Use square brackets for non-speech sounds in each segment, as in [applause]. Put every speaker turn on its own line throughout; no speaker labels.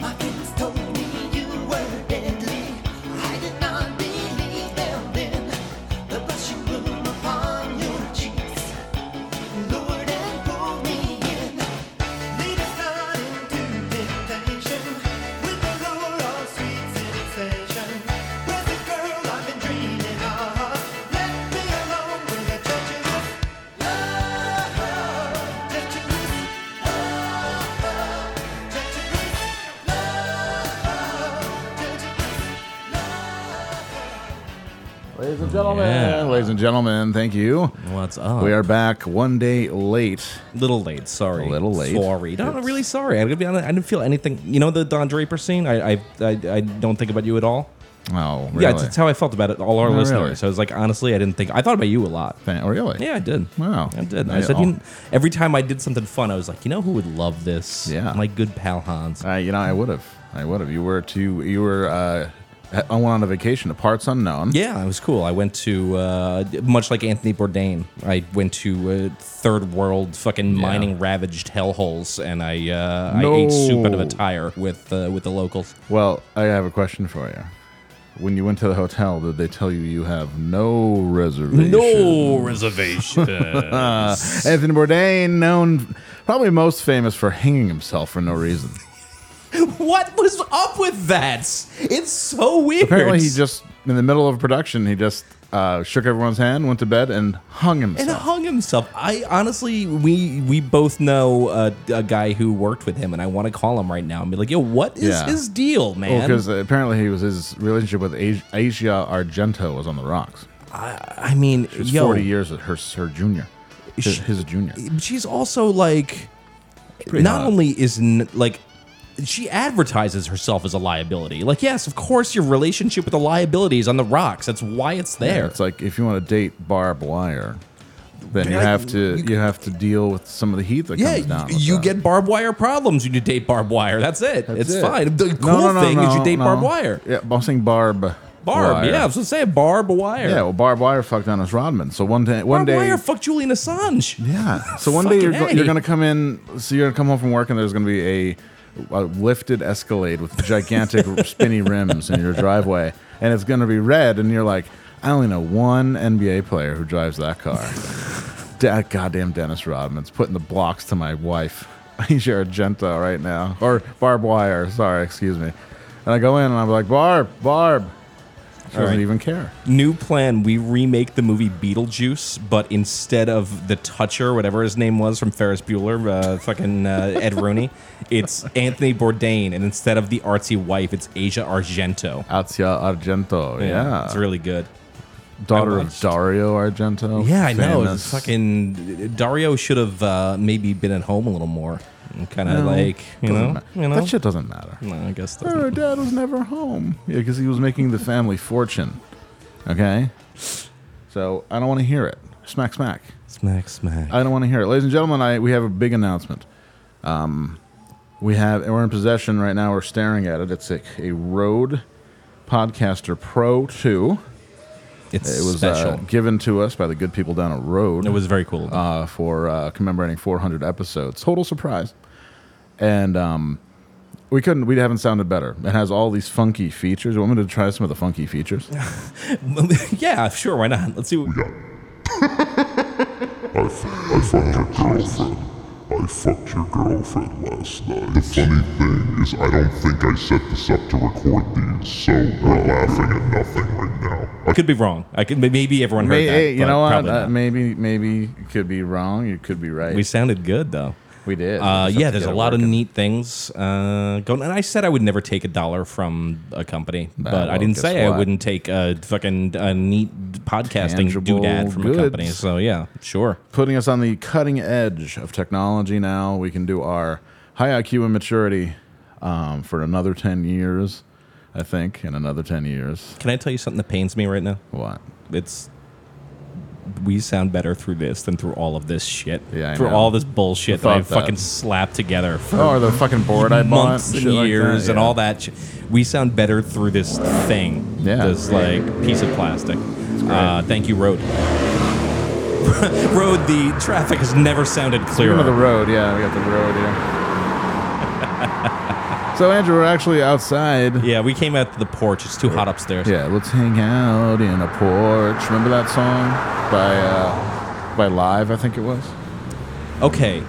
My friends told me you were deadly. I did not believe them then. The blushing bloom upon your cheeks lured and pulled me in. Lead us not into temptation with the lure of sweet sensation. Where's the girl I've been dreaming of? Let me alone with a treacherous love, treacherous love, treacherous
Ladies and gentlemen,
Yeah.
ladies and gentlemen, thank you.
What's up?
We are back one day late.
little late. Sorry,
A little late.
Sorry, no, I'm really sorry. I'm gonna be honest. I didn't feel anything. You know the Don Draper scene. I I, I, I don't think about you at all.
Oh, really?
Yeah, that's how I felt about it. All our
Oh,
listeners.
really?
So I was like, honestly, I didn't think. I thought about you a lot.
Fan- oh, really?
Yeah, I did.
Wow.
I did. I,
I-
said, you
oh.
kn- every time I did something fun, I was like, you know who would love this?
Yeah.
my good pal Hans.
Uh, you know, I would have. I would have. You were too. You were. Uh, I went on a vacation to parts unknown.
Yeah, it was cool. I went to uh, much like Anthony Bourdain. I went to uh, third world fucking mining ravaged hellholes, and I uh, I ate soup out of a
No.
tire with uh, with the locals.
Well, I have a question for you. When you went to the hotel, did they tell you you have no reservation?
reservation.
Anthony Bourdain, known probably most famous for hanging himself for no reason.
what was up with that? It's so weird.
Apparently, he just in the middle of production, he just uh, shook everyone's hand, went to bed, and hung
and
himself.
hung himself. I honestly, we we both know uh, a guy who worked with him, and I want to call him right now and be like, "Yo, what is
Yeah.
his deal,
Well,
man?"
because Oh, apparently he was his relationship with Asia, Asia Argento was on the rocks.
I mean,
It's
yo,
forty years her her junior, his,
Sh-
his junior.
but she's also like
Pretty
not
hot.
only is n- like she advertises herself as a liability like yes of course your relationship with the liability is on the rocks that's why it's there
It's like if you want to date Barb Wire, then you
Like,
have to you have to deal with some of the heat that
yeah,
comes down.
y-
with
you
that.
get barbed wire problems when you date barbed wire. That's it.
That's
it's
it.
fine. The
No,
cool
no, no,
thing is
no,
you date
no.
barbed wire.
Yeah, I'm saying Barb.
Barb,
wire.
yeah, I was gonna say barb wire.
Yeah, well, Barb Wire fucked Dennis Rodman. So one day, one
barb
day,
wire fucked Julian Assange.
yeah. So one day you're,
Fucking
go-
A.
you're gonna come in. So you're gonna come home from work, and there's gonna be a, a lifted Escalade with gigantic
[laughs]
spinny rims in your driveway, and it's gonna be red, and you're like, I only know one NBA player who drives that car.
[laughs]
that goddamn Dennis Rodman's putting the blocks to my wife. [laughs] He's your Argento right now, or Barb Wire. Sorry, excuse me. And I go in, and I'm like, Barb, Barb. She doesn't
right.
even care.
New plan: We remake the movie Beetlejuice, but instead of the Toucher, whatever his name was from Ferris Bueller, uh, fucking uh, [laughs] Ed Rooney, it's Anthony Bourdain, and instead of the artsy wife, it's Asia Argento.
Azia Argento. Yeah.
it's really good.
Daughter
I
of
watched-
Dario Argento.
Yeah, I know. It's
Famous.
fucking Dario should have uh, maybe been at home a little more, kind of
No,
like you
doesn't
know,
ma-
you know.
That shit doesn't matter.
No, I guess. that's-
Her dad was never home. Yeah, because he was making the family fortune. Okay? So I don't want to hear it. Smack, smack.
Smack, smack.
I don't want to hear it. Ladies and gentlemen, I, we have a big announcement. Um, we have, and we're in possession right now. We're staring at it. It's a, a Rode Podcaster Pro 2.
it's
It was
special.
uh, given to us by the good people down at Rode.
it was very cool.
uh, for uh, commemorating 400 episodes. Total surprise. And um, we couldn't, we haven't sounded better. It has all these funky features. You want me to try some of the funky
[laughs]
features?
Uh, yeah, sure. Why not? Let's see. What-
I, f- I found a girlfriend. I fucked your girlfriend last night. The funny thing is, I don't think I set this up to record these, so we're laughing at nothing right now. I
I could be wrong. I could maybe everyone heard
May-
that.
hey, you
but
know what?
probably
Uh,
not.
maybe maybe you could be wrong. You could be right.
we sounded good though.
We did.
Uh,
We just have
yeah,
to
there's
get
a
it
lot of
working.
neat things uh, going. And I said I would never take a dollar from a company, but I
well,
didn't
guess
say I
what?
wouldn't take a fucking a neat podcasting
Tangible
doodad from a company.
goods.
So yeah, sure.
putting us on the cutting edge of technology now. We can do our high IQ and maturity um, for another 10 years, I think, in another 10 years.
Can I tell you something that pains me right now? [laughs]
What?
It's we sound better through this than through all of this shit.
Yeah, I
through
know.
all this bullshit that
Thought
I
that.
fucking slapped together for
Oh, or the fucking board I bought.
months and
shit like that,
years and
yeah.
all that. Sh- we sound better through this thing.
Yeah.
This like piece of plastic. Uh, thank you, [laughs] road. road. The traffic has never sounded
Speaking
clearer.
of the road, yeah, we got the road here. so, Andrew, we're actually outside.
yeah, we came out to the porch. It's too hot upstairs.
Yeah, let's hang out in a porch. Remember that song by uh, by Live? I think it was.
Okay.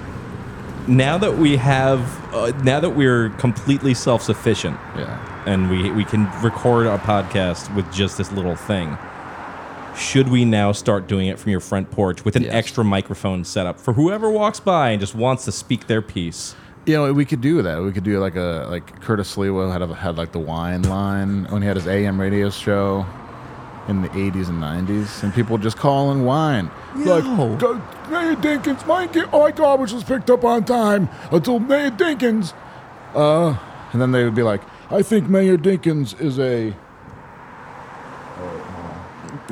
Now that we have, uh, now that we're completely self-sufficient,
Yeah.
and we we can record our podcast with just this little thing. Should we now start doing it from your front porch with an
Yes.
extra microphone set up for whoever walks by and just wants to speak their piece?
You know, we could do that. We could do like a like Curtis Lewa had a, had like the wine line when he had his AM radio show in the '80s and '90s, and people just calling wine.
Yo.
Like, "Go- Mayor Dinkins, oh, my, ga- my garbage was picked up on time until Mayor Dinkins. Uh, and then they would be like, I think Mayor Dinkins is a.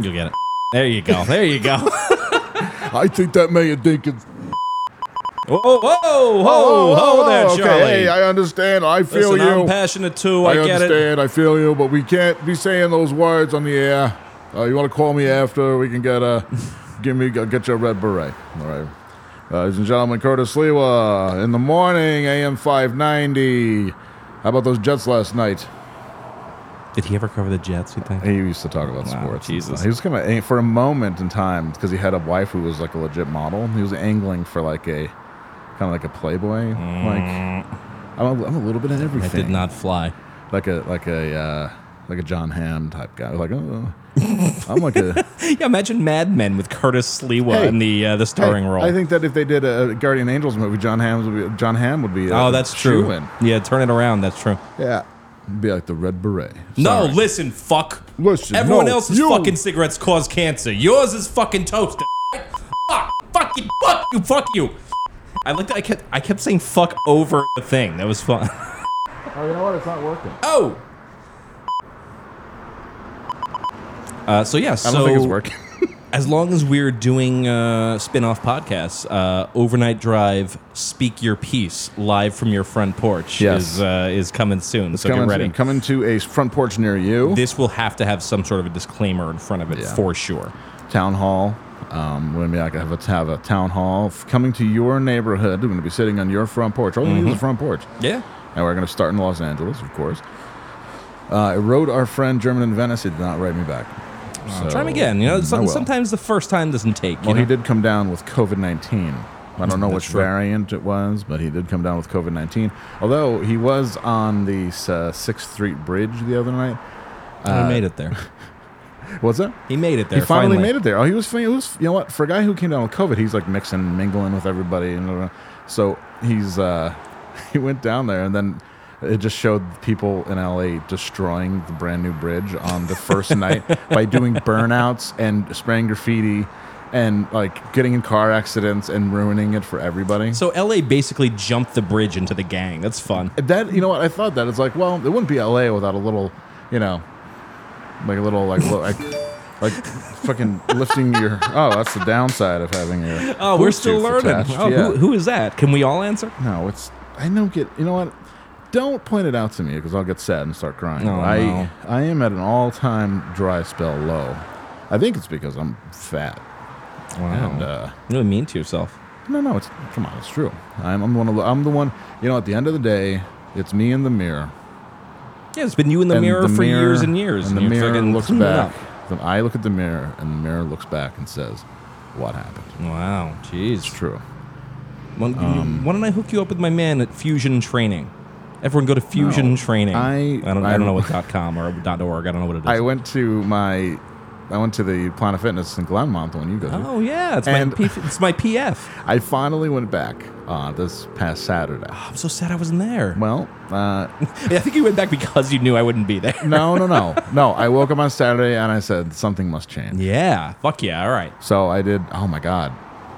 You'll get it. There you go. There
[laughs]
you go. whoa,
I think that Mayor Dinkins. Oh,
whoa, whoa, whoa, there,
okay,
Oh, Charlie.
hey, I understand. I feel
Listen,
you.
I'm passionate too. I,
I,
get it.
understand. I feel you, but we can't be saying those words on the air. Uh, you want to call me after? We can get a, give me, get you a red beret. All right, Uh, ladies and gentlemen, Curtis Lewa in the morning, AM five ninety. How about those Jets last night?
Did he ever cover the Jets? You think?
He used to talk about
Wow,
sports.
Jesus.
he was kind of for a moment in time because he had a wife who was like a legit model. He was angling for like a kind of like a Playboy. Like I'm a, I'm a little bit of everything
That Mm. did not fly.
like a like a uh, like a John Hamm type guy. Like oh, I'm like [laughs] a
Yeah, imagine Mad Men with Curtis Lewa
Hey,
in the uh, the starring
Hey,
role.
I think that if they did a Guardian Angels movie, John Hamm would be John Hamm would be. uh,
oh, that's true.
shoo-in.
Yeah, turn it around. That's true.
Yeah, It'd be like the Red Beret.
No,
Sorry.
listen, fuck.
Listen,
Everyone
no,
else's
you-
fucking cigarettes cause cancer. Yours is fucking toasted. right? Fuck, fuck you, fuck you, fuck you. I like that. I kept, I kept saying fuck over the thing. That was fun. [laughs]
Oh, you know what? It's not working.
Oh. Uh, so yeah,
I
so
don't think it's working.
as long as we're doing uh, spin-off podcasts, uh, Overnight Drive, Speak Your Piece, live from your front porch
Yes.
is uh, is coming soon. [laughs] so
coming,
get ready.
soon. coming to a front porch near you.
This will have to have some sort of a disclaimer in front of it
Yeah.
for sure.
town hall. Um, we're gonna be like have a have a town hall f- coming to your neighborhood. We're gonna be sitting on your front porch. All we
Mm-hmm.
need is a front porch.
Yeah.
And we're going to start in Los Angeles, of course. Uh, I wrote our friend German in Venice. He did not write me back. So-
Try 'em again. You know,
Mm, I
some-
will.
sometimes the first time doesn't take. You
Well,
know?
he did come down with COVID 19. I don't know which
true.
variant it was, but he did come down with COVID 19. Although he was on the uh, 6th Street Bridge the other night.
he made it there.
What's that?
He made it there.
uh, [laughs] He finally, made it there. Oh, he was, fin- he was, you know what? For a guy who came down with COVID, he's like mixing, mingling with everybody, and uh, so he's uh, [laughs] he went down there, and then it just showed people in LA destroying the brand new bridge on the first
[laughs]
night by doing burnouts and spraying graffiti, and like getting in car accidents and ruining it for everybody.
So LA basically jumped the bridge into the gang. That's fun.
That you know what I thought that it's like well it wouldn't be L.A. without a little you know like a little like lo- like like fucking lifting your oh that's the downside of having your
Oh, we're
Bluetooth
still learning.
attached,
Oh,
yeah.
who, who is that? Can we all answer?
no it's I don't get you know what don't point it out to me because I'll get sad and start crying
Oh,
I
no.
I am at an all time dry spell low I think it's because I'm fat
Wow.
and uh,
really mean to yourself.
No, no, it's come on, it's true. I'm, I'm the one. I'm the one. You know, at the end of the day, it's me in the mirror.
Yeah, it's been you in the
And
mirror for years and years.
And,
you're
the mirror
fucking [laughs]
looks
cleaning
back.
up.
Then I look at the mirror, and the mirror looks back and says, "What happened?"
Wow.
It's
Jeez.
true.
Why don't,
Um,
why don't I hook you up with my man at Fusion Training? Everyone go to Fusion
No.
Training.
I-
don't, I,
I'm-
don't know what dot .com or dot .org. I don't know what it is.
I went to my, I went to the Planet Fitness in Glenmont, the one you go to.
oh, yeah. It's,
And-
my P, it's my PF.
I finally went back uh, this past Saturday.
I'm so sad I wasn't there.
Well, uh,
[laughs] I think you went back because you knew I wouldn't be there.
no, no,
[laughs]
no, no. I woke up on Saturday and I said something must change.
Yeah. Fuck yeah. All right.
So I did. Oh my god.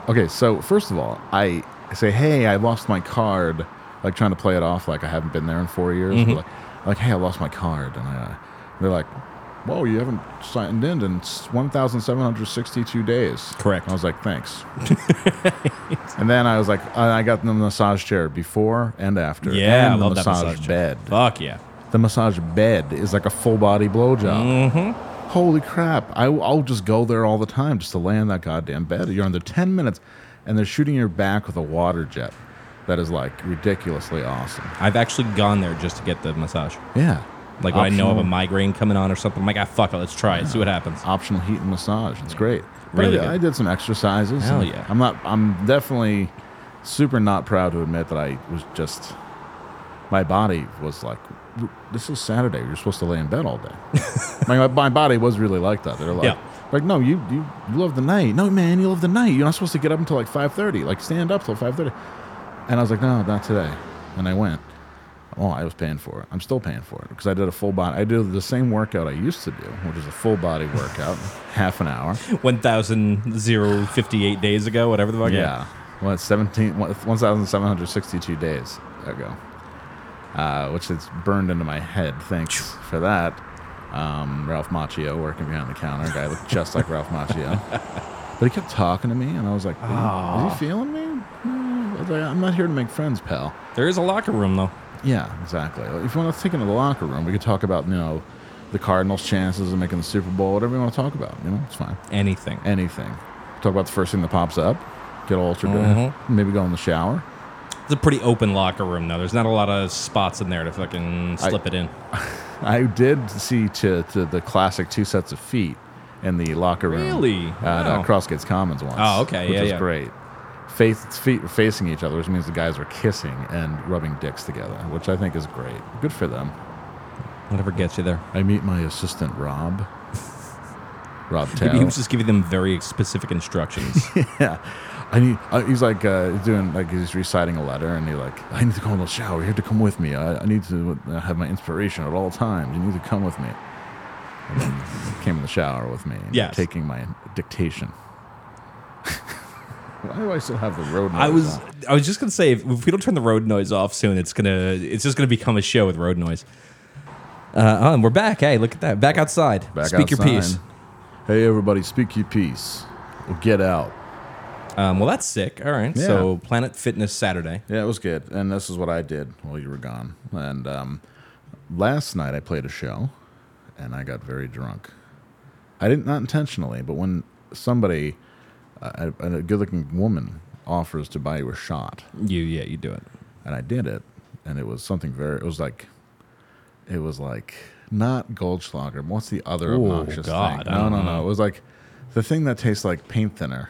Okay. So first of all, I say, hey, I lost my card. Like trying to play it off like I haven't been there in four years.
Mm-hmm.
Like, like, hey, I lost my card, and I, they're like, whoa, you haven't signed in in one thousand seven hundred sixty-two days.
Correct.
I was like,
[laughs]
thanks. and then I was like, and I got the massage chair before and after.
Yeah.
and
I
the
love that
massage,
massage chair.
bed.
Fuck yeah.
The massage bed is like a full body blowjob. Mm-hmm. Holy crap. I, I'll just go there all the time just to lay on that goddamn bed. You're under 10 minutes and they're shooting your back with a water jet that is like ridiculously awesome.
I've actually gone there just to get the massage.
Yeah.
Like when I know of a
Optional-
migraine coming on or something, I'm like, ah, fuck it. Let's try it. See what
[laughs]
happens.
Optional heat and massage. It's great. But I, did,
Really good.
I did some exercises.
Hell
and
yeah.
I'm not, I'm definitely super not proud to admit that I was just, my body was like, this is Saturday. You're supposed to lay in bed all day. [laughs] my, my, my body was really like that. They're like,
Yeah.
like no, you, you you love the night. No, man, you love the night. You're not supposed to get up until like five thirty. Like stand up till five thirty. And I was like, no, not today. And I went. Oh, I was paying for it. I'm still paying for it because I did a full body. I did the same workout I used to do, which is a full body workout, [laughs] half an hour.
1,058 days ago, whatever the fuck.
Yeah. Well, it's 17, 1,762 days ago, uh, which is burned into my head. Thanks for that. Um, Ralph Macchio working behind the counter. Guy looked just like Ralph Macchio. But he kept talking to me, and I was like, is he feeling me? Mm, I was like, I'm not here to make friends, pal.
There is a locker room, though.
Yeah, exactly. Like, If you want to take into the locker room, we could talk about, you know, the Cardinals' chances of making the Super Bowl, whatever you want to talk about. You know, it's fine
Anything.
anything. Talk about the first thing that pops up. Get all altered.
Mm-hmm.
Maybe go in the shower.
It's a pretty open locker room, though. There's not a lot of spots in there to fucking slip it in.
I did see to, to the classic two sets of feet in the locker room.
Really?
At uh,
Wow.
Crossgates Commons once.
Oh, okay.
Which
Yeah,
was
yeah.
great. Face, feet were facing each other, which means the guys were kissing and rubbing dicks together, which I think is great. Good for them.
Whatever gets you there.
I meet my assistant, Rob. [laughs] Rob Tao.
[laughs] Maybe he was just giving them very specific [laughs] instructions.
[laughs] Yeah. I need, uh, he's like uh, doing like he's reciting a letter, and he like I need to go in the shower. You have to come with me. I, I need to uh, have my inspiration at all times. You need to come with me. And then he came in the shower with me. and
Yes.
taking my dictation. [laughs] Why do I still have the road?
I
noise
was
on?
I was just gonna say if, if we don't turn the road noise off soon, it's gonna it's just gonna become a show with road noise. Uh, oh, and we're back. Hey, look at that. Back outside.
Back
Speak your
outside.
piece.
Hey everybody, speak your piece. Well, get out.
Um, well, that's sick. All right.
Yeah.
So Planet Fitness Saturday.
Yeah, it was good. And this is what I did while you were gone. And um, last night I played a show and I got very drunk. I didn't, not intentionally, but when somebody, a, a a good looking woman, offers to buy you a shot,
You yeah, you do it.
and I did it, and it was something very, it was like, it was like, not Goldschlager. but What's the other
Oh,
obnoxious
God,
thing?
I
No,
don't
no,
know.
no. It was like the thing that tastes like paint thinner.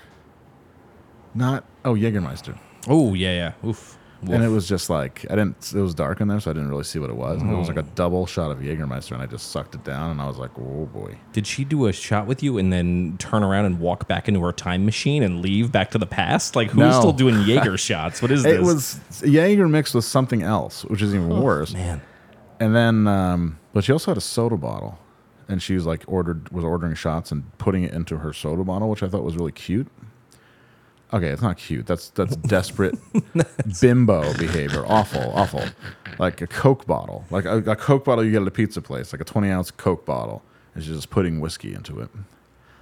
Not, oh, Jägermeister.
Oh yeah, yeah. Oof.
And it was just like I didn't. It was dark in there, so I didn't really see what it was. It was like a double shot of Jägermeister, and I just sucked it down, and I was like, "Oh boy!"
Did she do a shot with you and then turn around and walk back into her time machine and leave back to the past? Like who's
No. [laughs]
still doing Jaeger shots? What is this? Oh,
It was Jaeger mixed with something else, which is even worse.
man.
And then, um, but she also had a soda bottle, and she was like ordered was ordering shots and putting it into her soda bottle, which I thought was really cute. Okay, it's not cute. That's that's
[laughs]
desperate bimbo behavior. Awful, awful. Like a Coke bottle, like a, a Coke bottle you get at a pizza place, like a twenty ounce Coke bottle, and she's just putting whiskey into it.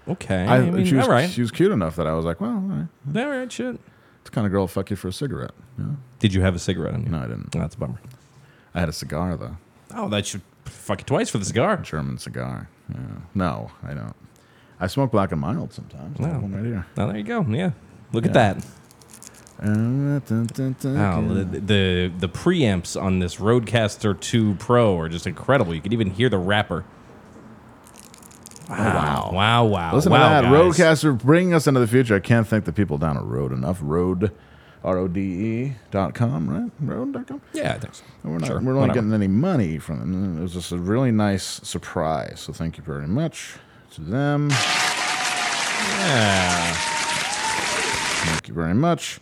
Okay.
I,
I, mean,
she was
all right.
she was cute enough that I was like, well, all right.
all right, shit.
it's the kind of girl will fuck you for a cigarette. Yeah.
Did you have a cigarette in you?
No, I didn't.
Oh, that's a bummer.
I had a cigar though,
Oh, that should fuck it twice for the cigar.
German cigar. Yeah. No, I don't. I smoke black and mild sometimes. I have one right here.
Oh, there you go. Yeah. Look at
Yeah.
that.
Uh, dun, dun, dun,
Wow,
dun.
the, the the preamps on this Roadcaster 2 Pro are just incredible. You can even hear the rapper. Wow. Wow, wow.
Listen to
wow,
that.
guys.
Roadcaster bringing us into the future. I can't thank the people down at Road enough. Road R O D E dot com, right? Road dot com.
Yeah, I think so.
And We're not,
Sure,
we're not
whatever.
getting any money from them. It was just a really nice surprise. So thank you very much to them.
Yeah.
Thank you very much.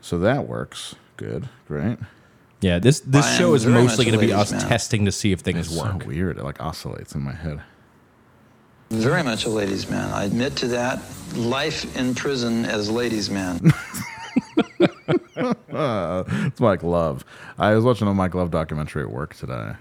So that works. Good. Great.
Yeah, this this
I am
show is
very
mostly
much
going to be
ladies
us
man.
testing to see if things
It's so
work.
weird. It like oscillates in my head.
Very much a ladies' man. I admit to that. Life in prison as ladies' man.
It's Mike Love. I was watching a Mike Love documentary at work today.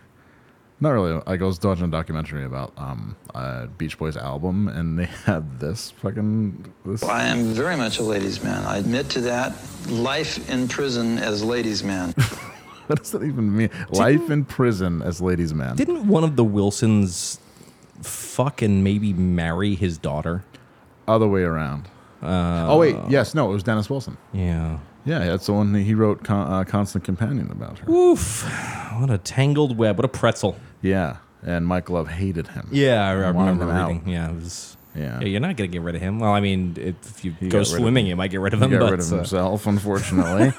Not really. Like I was watching a documentary about um, a Beach Boys album, and they [laughs] had this fucking this.
I am very much a ladies' man. I admit to that. Life in prison as ladies' man.
What does that even mean? Life in prison as ladies' man.
Didn't one of the Wilsons fuck and maybe marry his daughter?
Other way around. oh wait, yes, no, it was Dennis Wilson.
Yeah.
Yeah, that's the one that he wrote Con- uh, "Constant Companion" about her.
Oof. What a tangled web. What a pretzel.
Yeah, and Mike Love hated him.
Yeah, I, I
Wanted
remember
him out.
reading. Yeah, it was.
Yeah.
you're not gonna get rid of him. Well, I mean, if you
He
go
got rid of
swimming,
him.
you might get rid of
He
him.
got
but
rid of
uh,
himself,
[laughs]
unfortunately.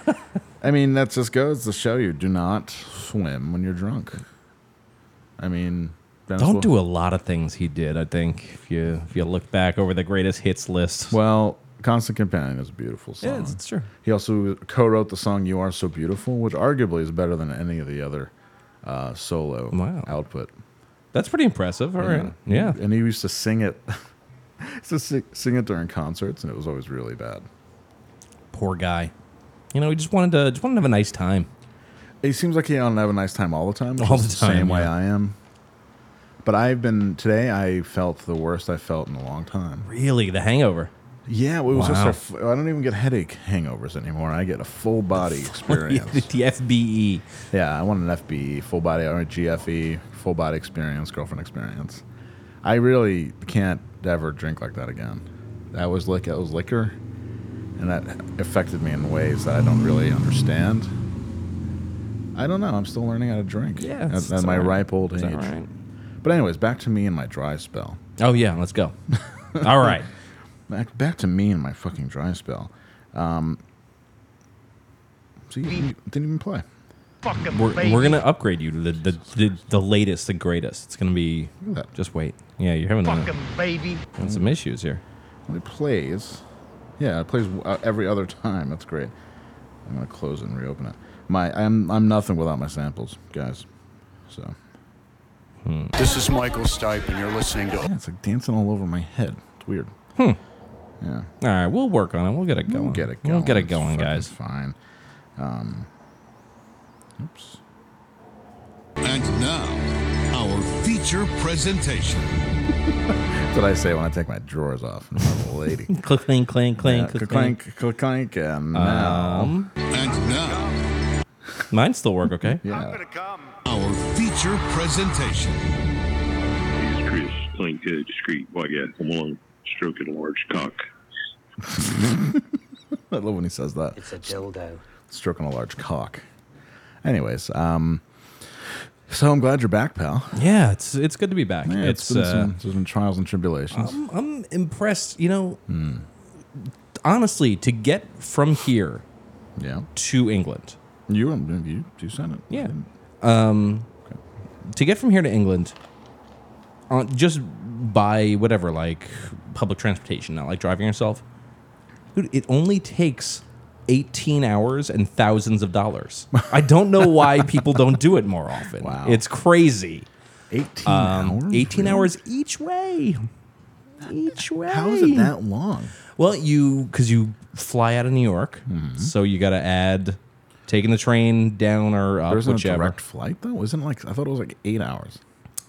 I mean, that just goes to show you: do not swim when you're drunk. I mean, Dennis
don't
Wil-
do a lot of things he did. I think if you if you look back over the greatest hits list.
Well, "Constant Companion" is a beautiful song.
yeah, it's, it's true.
He also co-wrote the song "You Are So Beautiful," which arguably is better than any of the other uh, solo
Wow.
output.
That's pretty impressive. All right. Yeah.
And he used to sing it, [laughs] he used to sing, sing it during concerts, and it was always really bad.
Poor guy. You know, he just wanted to just wanted to have a nice time.
It seems like he don't have a nice time all the time. which
All
is
the time,
same way
yeah.
I am. But I've been today. I felt the worst I felt in a long time.
Really, the hangover.
Yeah, it was
Wow.
just. A, f- I don't even get headache hangovers anymore. I get a full
[laughs]
body
the E.
experience.
FBE.
Yeah, I want an FBE, full body or a GFE, full body experience, girlfriend experience. I really can't ever drink like that again. That was like that was liquor, and that affected me in ways that I don't really understand. I don't know. I'm still learning how to drink.
Yeah,
at,
it's-
at
it's
my
all right.
ripe old
It's all
age.
right.
But anyways, back to me and my dry spell.
Oh yeah,
[laughs]
let's go. All right.
Back back to me and my fucking dry spell. Um, so you, you didn't even play.
We're, we're gonna upgrade you to the the, the the latest, the greatest. It's gonna be
Look at that.
just wait. Yeah, you're having, a, having some issues here.
Well, It plays. Yeah, it plays uh, every other time. That's great. I'm gonna close it and reopen it. My, I'm, I'm nothing without my samples, guys. So
Hmm.
This is Michael Stipe, and you're listening to
yeah, it's like dancing all over my head. It's weird. Yeah,
All right, we'll work on it. We'll get it going.
we'll get it going.
We'll get it
It's
going,
fucking
guys.
Fine. Um, oops.
And now, our feature presentation.
That's what I say when I take my drawers off in front of a
[laughs]
lady.
Click, clink, clink,
Yeah,
clink, clink, clink.
clank, clank, clank,
Um,
and now,
And now,
Mine still work, okay?
[laughs] yeah,
our feature presentation.
It's Chris, Link, uh, discreet white guy. Come along, stroking a large cock.
I love when he says that.
It's a dildo.
stroking a large cock. Anyways, um, so I'm glad you're back, pal.
Yeah, it's it's good to be back.
Yeah,
it's
it's been
uh, um,
some, there's been trials and tribulations.
I'm, I'm impressed. You know, honestly, to get from here
yeah,
to England,
you you you sent it.
Yeah.
Mm-hmm.
Um, to get from here to England, on just by whatever, like public transportation, not like driving yourself. Dude, it only takes 18 hours and thousands of dollars. I don't know
[laughs]
why people don't do it more often.
Wow.
It's crazy.
eighteen
Um,
hours.
18
Really?
hours each way. Each way.
How is it that long?
Well, you because you fly out of New York,
Mm-hmm.
so you got to add taking the train down or up,
There's no
whichever.
direct flight though. Isn't it like I thought it was like eight hours.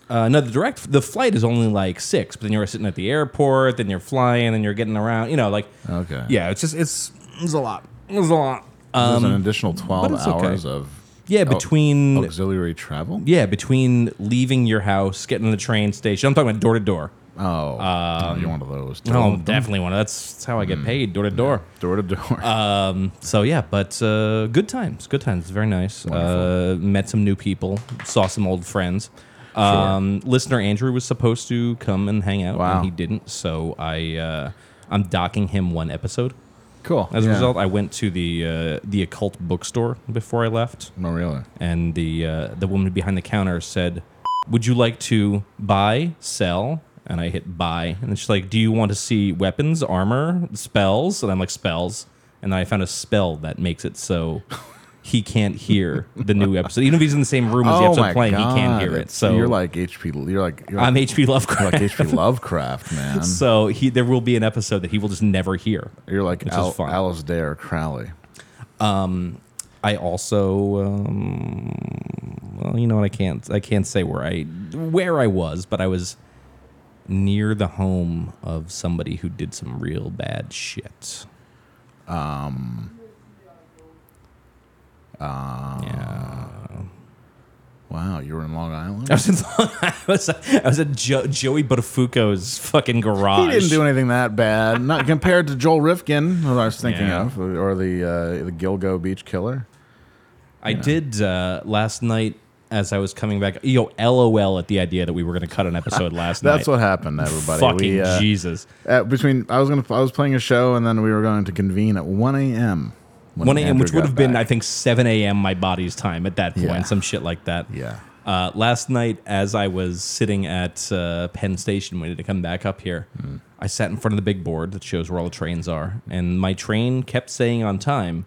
Uh, no, the direct the flight is only like six, but then you're sitting at the airport, then you're flying, then you're getting around. You know, like
Okay.
yeah, it's just it's it's a lot. It's a lot.
There's an
Um,
additional twelve
it's okay.
hours of
yeah,
au-
between
auxiliary travel.
yeah between leaving your house, getting to the train station. I'm talking about door to door.
Oh, oh, Mm. you're one of those.
Oh, definitely one. of That's, that's how I get paid door to door.
Door to door.
Uh, So yeah, but uh, good times, good times. Very nice. Uh, met some new people, saw some old friends. Um, Listener Andrew was supposed to come and hang out,
Wow.
and he didn't. So I, uh, I'm docking him one episode.
Cool.
As a
Yeah.
result, I went to the uh, the occult bookstore before I left,
No, really.
and the uh, the woman behind the counter said, "Would you like to buy, sell?" And I hit buy, and she's like, "Do you want to see weapons, armor, spells?" And I'm like, "Spells." And then I found a spell that makes it so he can't hear the new episode, even if he's in the same room as
Oh
the episode playing, he can't hear it.
It's-
So
you're like HP. L- You're like you're
I'm
like,
H.P. Lovecraft.
you're like HP Lovecraft, man.
[laughs] so he, there will be an episode that he will just never hear.
you're like
which is
Al,
fun.
Alice Dare Crowley.
I also, um, well, you know what? I can't. I can't say where I where I was, but I was near the home of somebody who did some real bad shit. [laughs] Um. yeah.
Wow, you were in Long Island.
I was, in, I was, I was at jo- Joey Buttafuoco's fucking
He
garage.
didn't do anything that bad, not compared to Joel Rifkin, who I was thinking
Yeah.
of, or the uh, the Gilgo Beach Killer.
I did uh, last night as I was coming back. Yo, LOL at the idea that we were going to cut an episode last night.
[laughs] That's what happened, everybody.
Fucking
We, uh,
Jesus.
uh, between I was gonna I was playing a show and then we were going to convene at one a.m. when
1 a.m.,
Andrew
which would
got
have been,
back.
I think, 7 a.m. my body's time at that point,
Yeah.
some shit like that.
Yeah.
Uh, last night, as I was sitting at uh, Penn Station waiting to come back up here,
Hmm.
I sat in front of the big board that shows where all the trains are, and my train kept saying on time.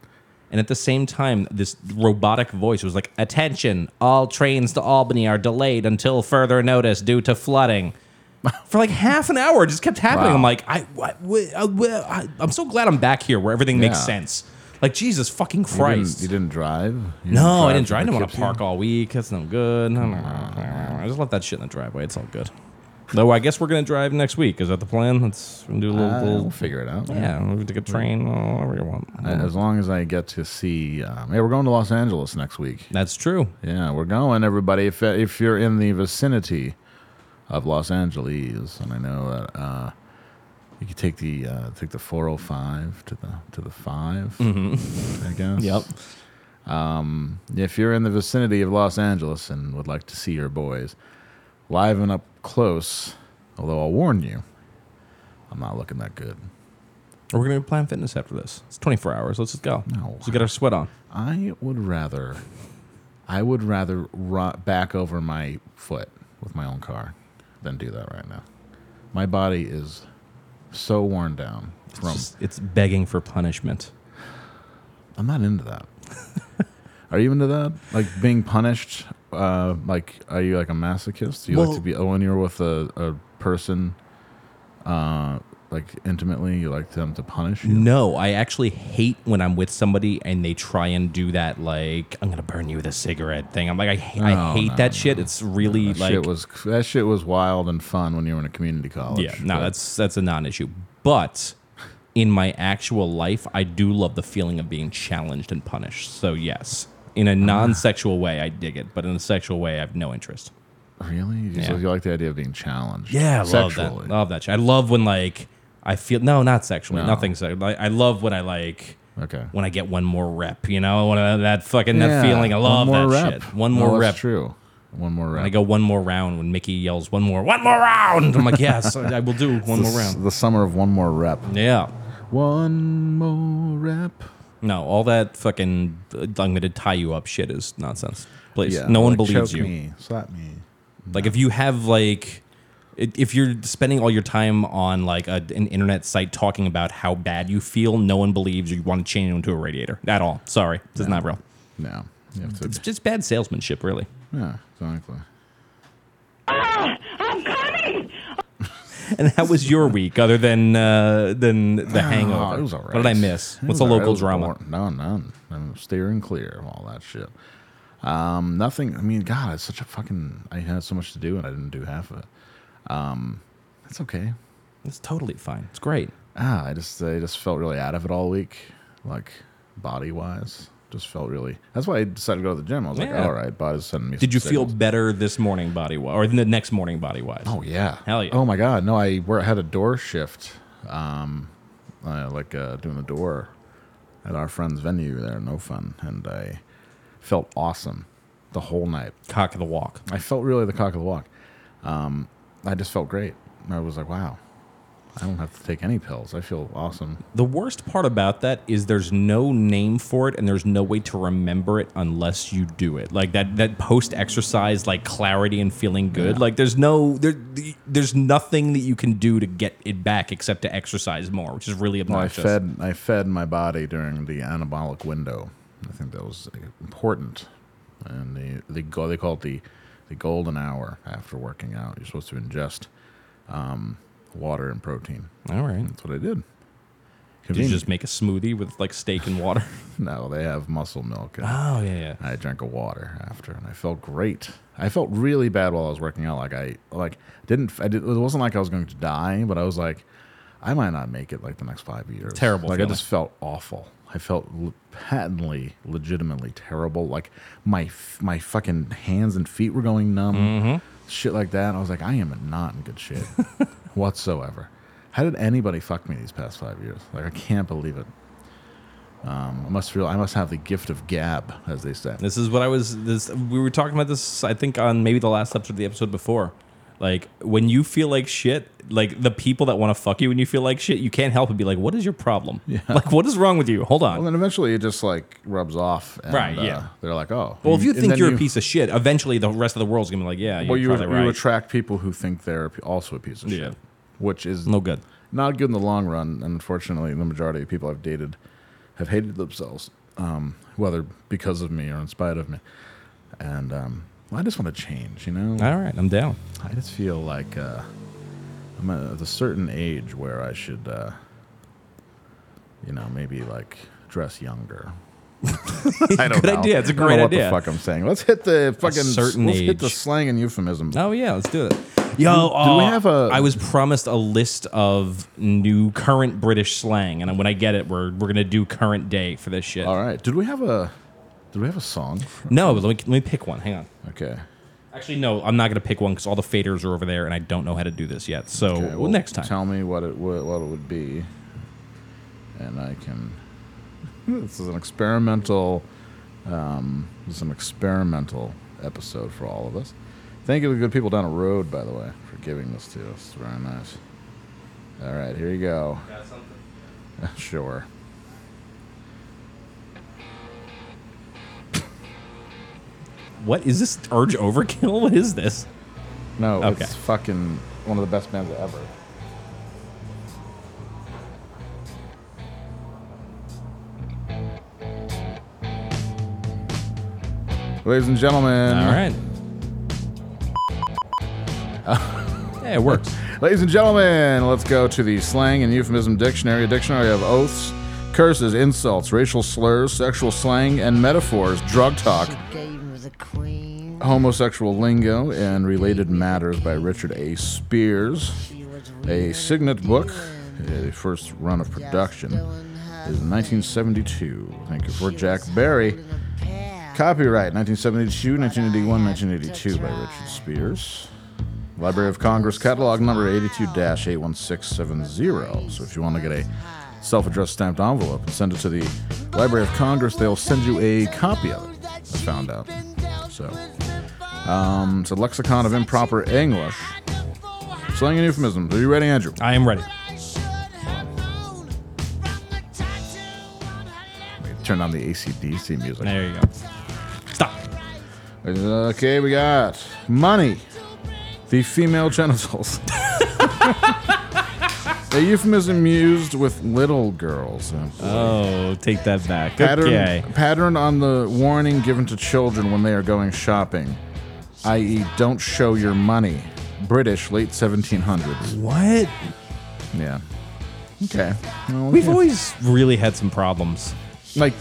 And at the same time, this robotic voice was like, "Attention! All trains to Albany are delayed until further notice due
[laughs]
to flooding." For like half an hour, it just kept happening.
Wow.
I'm like, I, what, what, uh, well, I, I'm so glad I'm back here where everything makes
Yeah.
sense. Like Jesus fucking
You didn't-
Christ!
You didn't, drive. You
No, I
to
didn't drive. I didn't want to
Poughkeepsie?
park all week. That's no good. No, no, no, no, no. I just left that shit in the driveway. It's all good. Though I guess we're gonna drive next week. Is that the plan? Let's do a little.
Uh,
little
we'll figure it out.
yeah, we'll take a train, uh, whatever you want.
As long as I get to see, um, hey, we're going to Los Angeles next week.
That's true.
Yeah, we're going, everybody. If if you're in the vicinity of Los Angeles, and I know that uh, you can take the uh, take the 405 to the to the 5 I guess.
Yep.
If you're in the vicinity of Los Angeles and would like to see your boys live and up close, although I'll warn you, I'm not looking that good.
We're gonna be playing fitness after this. It's 24 hours. Let's just go.
No.
Let's get our sweat on.
I would rather, I would rather ro- back over my foot with my own car than do that right now. My body is so worn down from.
It's, it's begging for punishment.
I'm not into
[laughs]
that. are you into that? Like being punished? Uh, like, are you like a masochist? Do you like
Well-
to be oh, when you're with a, a person, uh, like intimately? You like them to punish you?
No, I actually hate when I'm with somebody and they try and do that like I'm gonna burn you with a cigarette thing. I'm like I, I
No,
hate
no,
that shit. It's really
That
like
shit was that shit was wild and fun when you were in a community college.
Yeah, no,
but-
that's that's a non-issue. But in my actual life, I do love the feeling of being challenged and punished. So yes, in
Ah.
a non-sexual way, I dig it. But in a sexual way, I have no interest.
Really? You, just,
Yeah.
you like the idea of being challenged?
Yeah, I love
sexually.
that. Love that. shit. I love when like I feel no, not sexually,
No.
nothing. So like, I love when I like.
Okay.
When I get one more rep, you know, when I, that fucking
Yeah,
that feeling, I love
one
that
more
shit.
rep.
One
No,
more
that's
rep.
True. One more rep.
When I go one more round, when Mickey yells one more, one more round, I'm like, yes, I will do
[laughs] the,
one more
s-
round.
The summer of one more rep.
Yeah.
One more rep.
No, all that fucking uh, I'm going to tie you up shit is nonsense. Please,
Yeah.
no one
like,
believes
choke
you.
Me, slap me.
Like if you have like, i- if you're spending all your time on like a, an internet site talking about how bad you feel, no one believes you want to chain them to a radiator at all. Sorry, this is not real.
No. You have to.
It's just bad salesmanship, really.
yeah. Exactly.
And that was your week, other than uh, than the Hangover.
Oh, it was all right.
What did I miss?
It was
What's the
all right. It
local
was
drama?
boring. No, none. I'm steering clear of all that shit. Um, nothing. I mean, God, it's such a fucking. I had so much to do and I didn't do half of it. Um, that's okay.
It's totally fine. It's great.
ah, I just I just felt really out of it all week, like body wise. Just felt really. That's why I decided to go to the gym. I was
Yeah.
like, all right, body's sending me.
Did
some
you feel
signals."
better this morning, body wise, or the next morning, body wise?
Oh yeah.
Hell yeah.
Oh my god. No, I were, had a door shift. Um, uh, like uh, doing the door at our friend's venue there, no fun, and I felt awesome the whole night.
cock of the walk.
I felt really the cock of the walk. Um, I just felt great. I was like, wow, I don't have to take any pills. I feel awesome.
The worst part about that is there's no name for it and there's no way to remember it unless you do it. Like that that post exercise like clarity and feeling good. Like there's no there there's nothing that you can do to get it back except to exercise more, which is really
Well, I
obnoxious.
fed I fed my body during the anabolic window. I think that was like, important. And the they go they call it the the golden hour after working out. You're supposed to ingest um, water and protein.
All right.
That's what I did.
Did you just make a smoothie with like steak and water?
No, they have muscle milk. and
Oh, yeah, yeah.
I drank a water after, and I felt great. I felt really bad while I was working out. Like I like didn't. I did, it wasn't like I was going to die, but I was like, I might not make it like the next five years.
Terrible
Like
feeling.
I just felt awful. I felt l- patently, legitimately terrible. Like my f- my fucking hands and feet were going numb.
Mm-hmm.
Shit like that. I was like, I am not in good
[laughs]
shape whatsoever. How did anybody fuck me these past five years? Like I can't believe it. Um, I must feel I must have the gift of gab, as they say.
This is what I was. This we were talking about this. I think on maybe the last episode, of the episode before. Like when you feel like shit, like the people that want to fuck you when you feel like shit, you can't help but be like, "What is your problem? [laughs] Like, what is wrong with you? Hold on."
Well,
Well,
then eventually it just like rubs off. And,
Right, yeah.
They're like, oh.
if you
and
think
then
you're a piece of shit, eventually the rest of the world's gonna be like, "Yeah, you're
well, you,
probably right."
you attract people who think they're a p- also a piece of
Yeah.
shit, which is
no good.
not good in the long run. And unfortunately, the majority of people I've dated have hated themselves, um, whether because of me or in spite of me. And um, I just want to change, you know?
All right, I'm down.
I just feel like uh, I'm at a certain age where I should, uh, you know, maybe like dress
[laughs]
younger. I don't
Good idea. It's a
I don't know
great
what
idea.
the fuck I'm saying. Let's hit the fucking
certain
let's hit the
age.
slang and euphemisms.
Oh yeah, let's do it. Yo,
do we
uh,
have a-
I was promised a list of new current British slang, and when I get it, we're we're gonna do current day for this shit.
All right. Did we have a did we have a song?
No, but let me let me pick one. Hang on.
Okay.
Actually, no, I'm not going to pick one because all the faders are over there, and I don't know how to do this yet. So
Okay,
well,
well,
next time.
Tell me what it what, what it would be, and I can. [laughs] This is an experimental. Um, this is an experimental episode for all of us. Thank you to the good people down the road, by the way, for giving this to us. It's very nice. All right, here you go. [laughs] sure.
what is this? Urge overkill? [laughs] What is this?
No,
Okay.
it's fucking one of the best bands ever. Ladies and gentlemen.
All right. [laughs] yeah, it works.
Ladies and gentlemen, let's go to the slang and euphemism dictionary, a dictionary of oaths, curses, insults, racial slurs, sexual slang and metaphors, drug talk, homosexual lingo, and related matters by Richard A. Spears. A signet book, uh, the first run of production, is 1972. Thank you for Jack Barry. Copyright 1972, 1981, 1982 by Richard Spears. Library of Congress catalog number 82 81670. So if you want to get a self addressed stamped envelope and send it to the Library of Congress, they'll send you a copy of it. I found out. So um, it's a lexicon of improper English.
Uh,
Slang and euphemisms. Are you ready, Andrew?
I am ready.
Turn on the ACDC music.
There you go. Stop.
Okay, we got money, the female genitals. [laughs] a euphemism used with little girls. Uh,
Oh, take that back.
Pattern,
Okay.
pattern on the warning given to children when they are going shopping, i.e., don't show your money. British, late 1700s.
What?
Yeah. Okay. Well,
We've
yeah.
always really had some problems.
like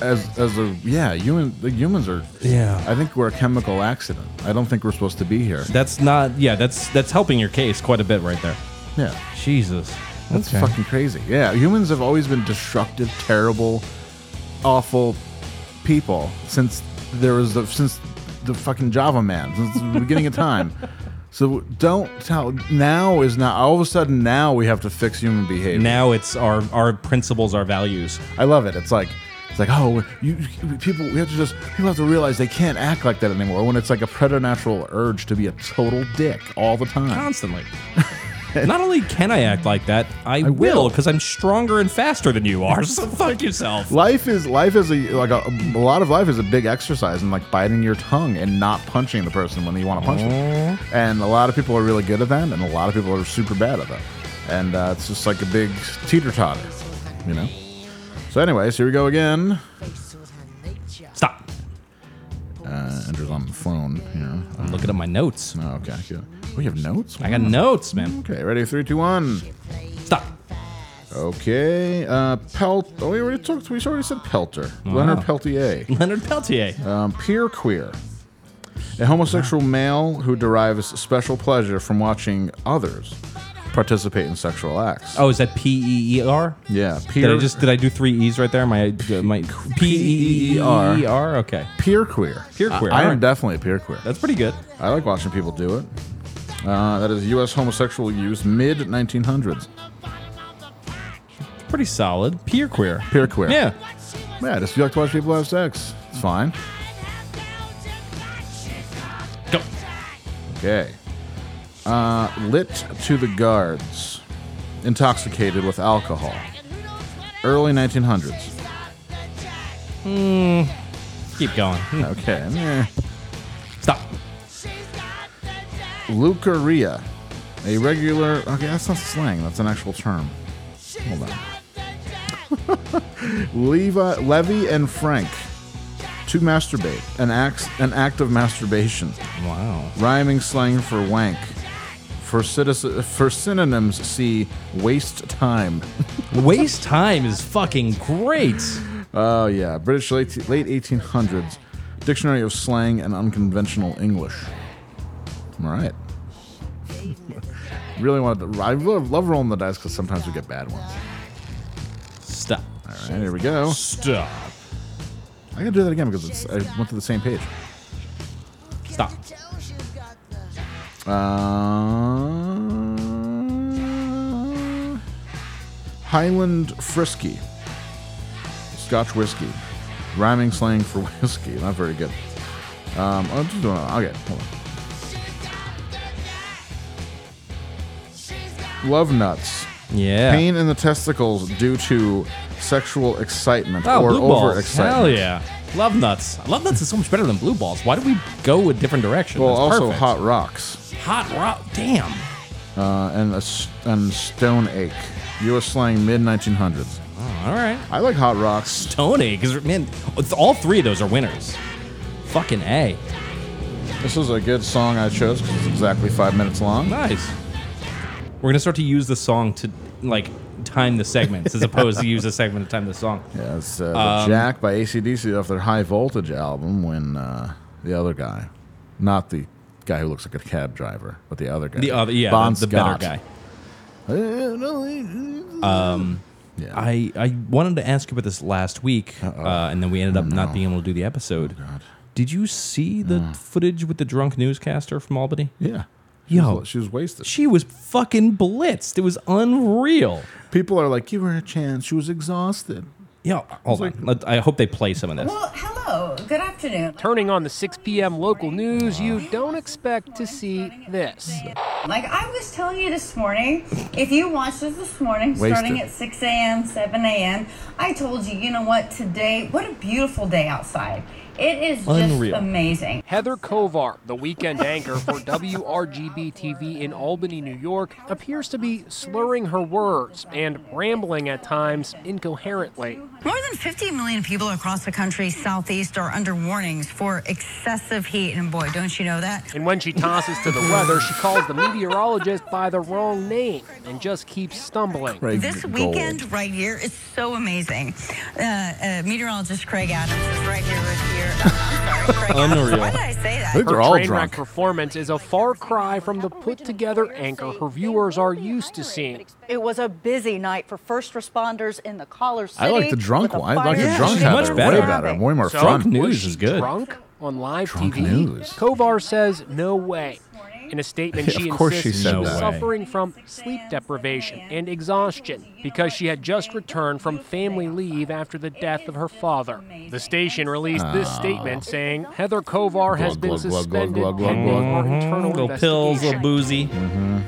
as as a yeah human the humans are
Yeah.
I think we're a chemical accident. I don't think we're supposed to be here.
That's not. Yeah, that's that's helping your case quite a bit right there.
Yeah.
Jesus.
That's fucking crazy. Yeah, humans have always been destructive, terrible, awful people since there was the since the fucking Java man since the beginning of time. So don't tell. Now is not all of a sudden. Now we have to fix human behavior.
Now it's our our principles, our values.
I love it. It's like it's like oh you you- people we have to just people have to realize they can't act like that anymore when it's like a preternatural urge to be a total dick all the time.
constantly. [laughs] Not only can I act like that, I, will because I'm stronger and faster than you are. [laughs] So fuck yourself. [laughs]
Life is life is a like a, a lot of life is a big exercise in like biting your tongue and not punching the person when you want to punch them.
Mm-hmm.
And a lot of people are really good at that, and a lot of people are super bad at that. And uh, it's just like a big teeter totter, you know. So, anyways, here we go again.
Stop.
Uh, Andrew's on the phone here.
I'm looking at my notes.
Oh, okay. Good. We have notes.
I got notes, man.
Okay, ready? Three, two, one.
Stop. [laughs]
Okay. Uh, Pelt. Oh, we already talked. We already said Pelter.
Oh,
Leonard Peltier.
Leonard Peltier.
Um, peer queer. A homosexual male who derives special pleasure from watching others participate in sexual acts.
Oh, is that P E E R?
Yeah.
Did I
Peer,
just did I do three E's right there? My uh, my [laughs] P E E
P-E-E-R.
E R. Okay,
peer queer.
Peer queer,
I, I am
alright.
definitely a peer queer.
that's pretty good.
I like watching people do it. Uh, that is U.S. homosexual use mid 1900s.
Pretty solid. Peer queer.
Peer queer.
Yeah.
Yeah, just you like to watch people have sex. It's fine.
Go.
Okay. Uh, lit to the guards, intoxicated with alcohol. Early 1900s.
Keep going. Hmm.
Okay. meh.
Stop.
Leucorrhea, a regular. Okay, that's not slang. That's an actual term. Hold on. [laughs] Levi, Levy and Frank to masturbate. An act, an act of masturbation.
Wow.
Rhyming slang for wank. For, citizen, for synonyms, see waste time. [laughs]
Waste time is fucking great.
Oh, yeah. British late, late 1800s. Dictionary of slang and unconventional English. All right. [laughs] really wanted to. I love, love rolling the dice because sometimes we get bad ones.
Stop.
All right, here we go.
Stop.
I gotta do that again because it's, I went to the same page.
Stop.
Uh, Highland Frisky. Scotch whiskey. Rhyming slang for [laughs] whiskey. Not very good. Um, I'm just doing Okay, hold on. Love nuts.
Yeah.
Pain in the testicles due to sexual excitement
Oh,
or
blue balls.
overexcitement.
Hell yeah. Love nuts. Love nuts is so much better than blue balls. Why do we go a different direction?
Well,
That's
also
perfect.
hot rocks
Hot rock. Damn.
uh, and a s and stone ache. U.S. slang mid 1900s.
Oh, All right.
I like hot rocks.
Tony, because man, it's- all three of those are winners. Fucking a.
This is a good song I chose because it's exactly five minutes long.
Nice. We're gonna start to use the song to like time the
[laughs]
segments as opposed to use a segment to time the song.
Yeah, it's uh, the
Um,
Jack by ACDC off their High Voltage album when uh, the other guy, not the guy who looks like a cab driver, but the other guy.
The other, yeah,
Bon
the, the better
Scott.
guy.
Yeah.
I, I wanted to ask you about this last week, uh, and then we ended up
Oh,
not being able to do the episode. Did you see the
Mm.
footage with the drunk newscaster from Albany?
yeah.
Yo.
She was wasted.
She was fucking blitzed. It was unreal.
People are like, give her a chance. She was exhausted.
Yeah, hold on. Let- I hope they play some of this.
hello. Good afternoon.
Turning on the 6 p.m. local news, you don't expect to see this.
Like I was telling you this morning, if you watched us this morning,
Wasted.
starting at 6 a.m., 7 a.m., I told you, you know what, today, what a beautiful day outside. It is
Unreal.
just amazing.
Heather Kovar, the weekend anchor for WRGB TV in Albany, New York, appears to be slurring her words and rambling at times incoherently.
More than 50 million people across the country, southeast, are under warnings for excessive heat. And boy, don't you know that?
And when she tosses to the weather, she calls the meteorologist by the wrong name and just keeps stumbling.
Craig
This
Gold.
weekend right here is so amazing. Uh, uh, meteorologist Craig Adams is right here with your. I'm sorry, Craig Adams.
Unreal.
Why did I say that?
I think
Her
they're all
train wreck
drunk.
performance is a far cry from the put together anchor her viewers are used to seeing.
It was a busy night for first responders in the caller city.
I like the drunk one. I like the
Yeah,
drunk
she's much
Heather
better.
way better. Way more
So-
Drunk
fun.
news
was she
is good.
Drunk on live
Drunk
TV.
news.
Kovar says no way. In a statement,
Yeah, [laughs]
she
of course
insists
she
she,
said
was
that.
suffering from sleep deprivation and exhaustion because she had just returned from family leave after the death of her father. The station released this statement saying Heather Kovar has
Glug, Ah. glug, glug, glug,
been suspended
glug, glug,
Mm-hmm.
pending
glug.
our internal
Little pills,
investigation.
little boozy.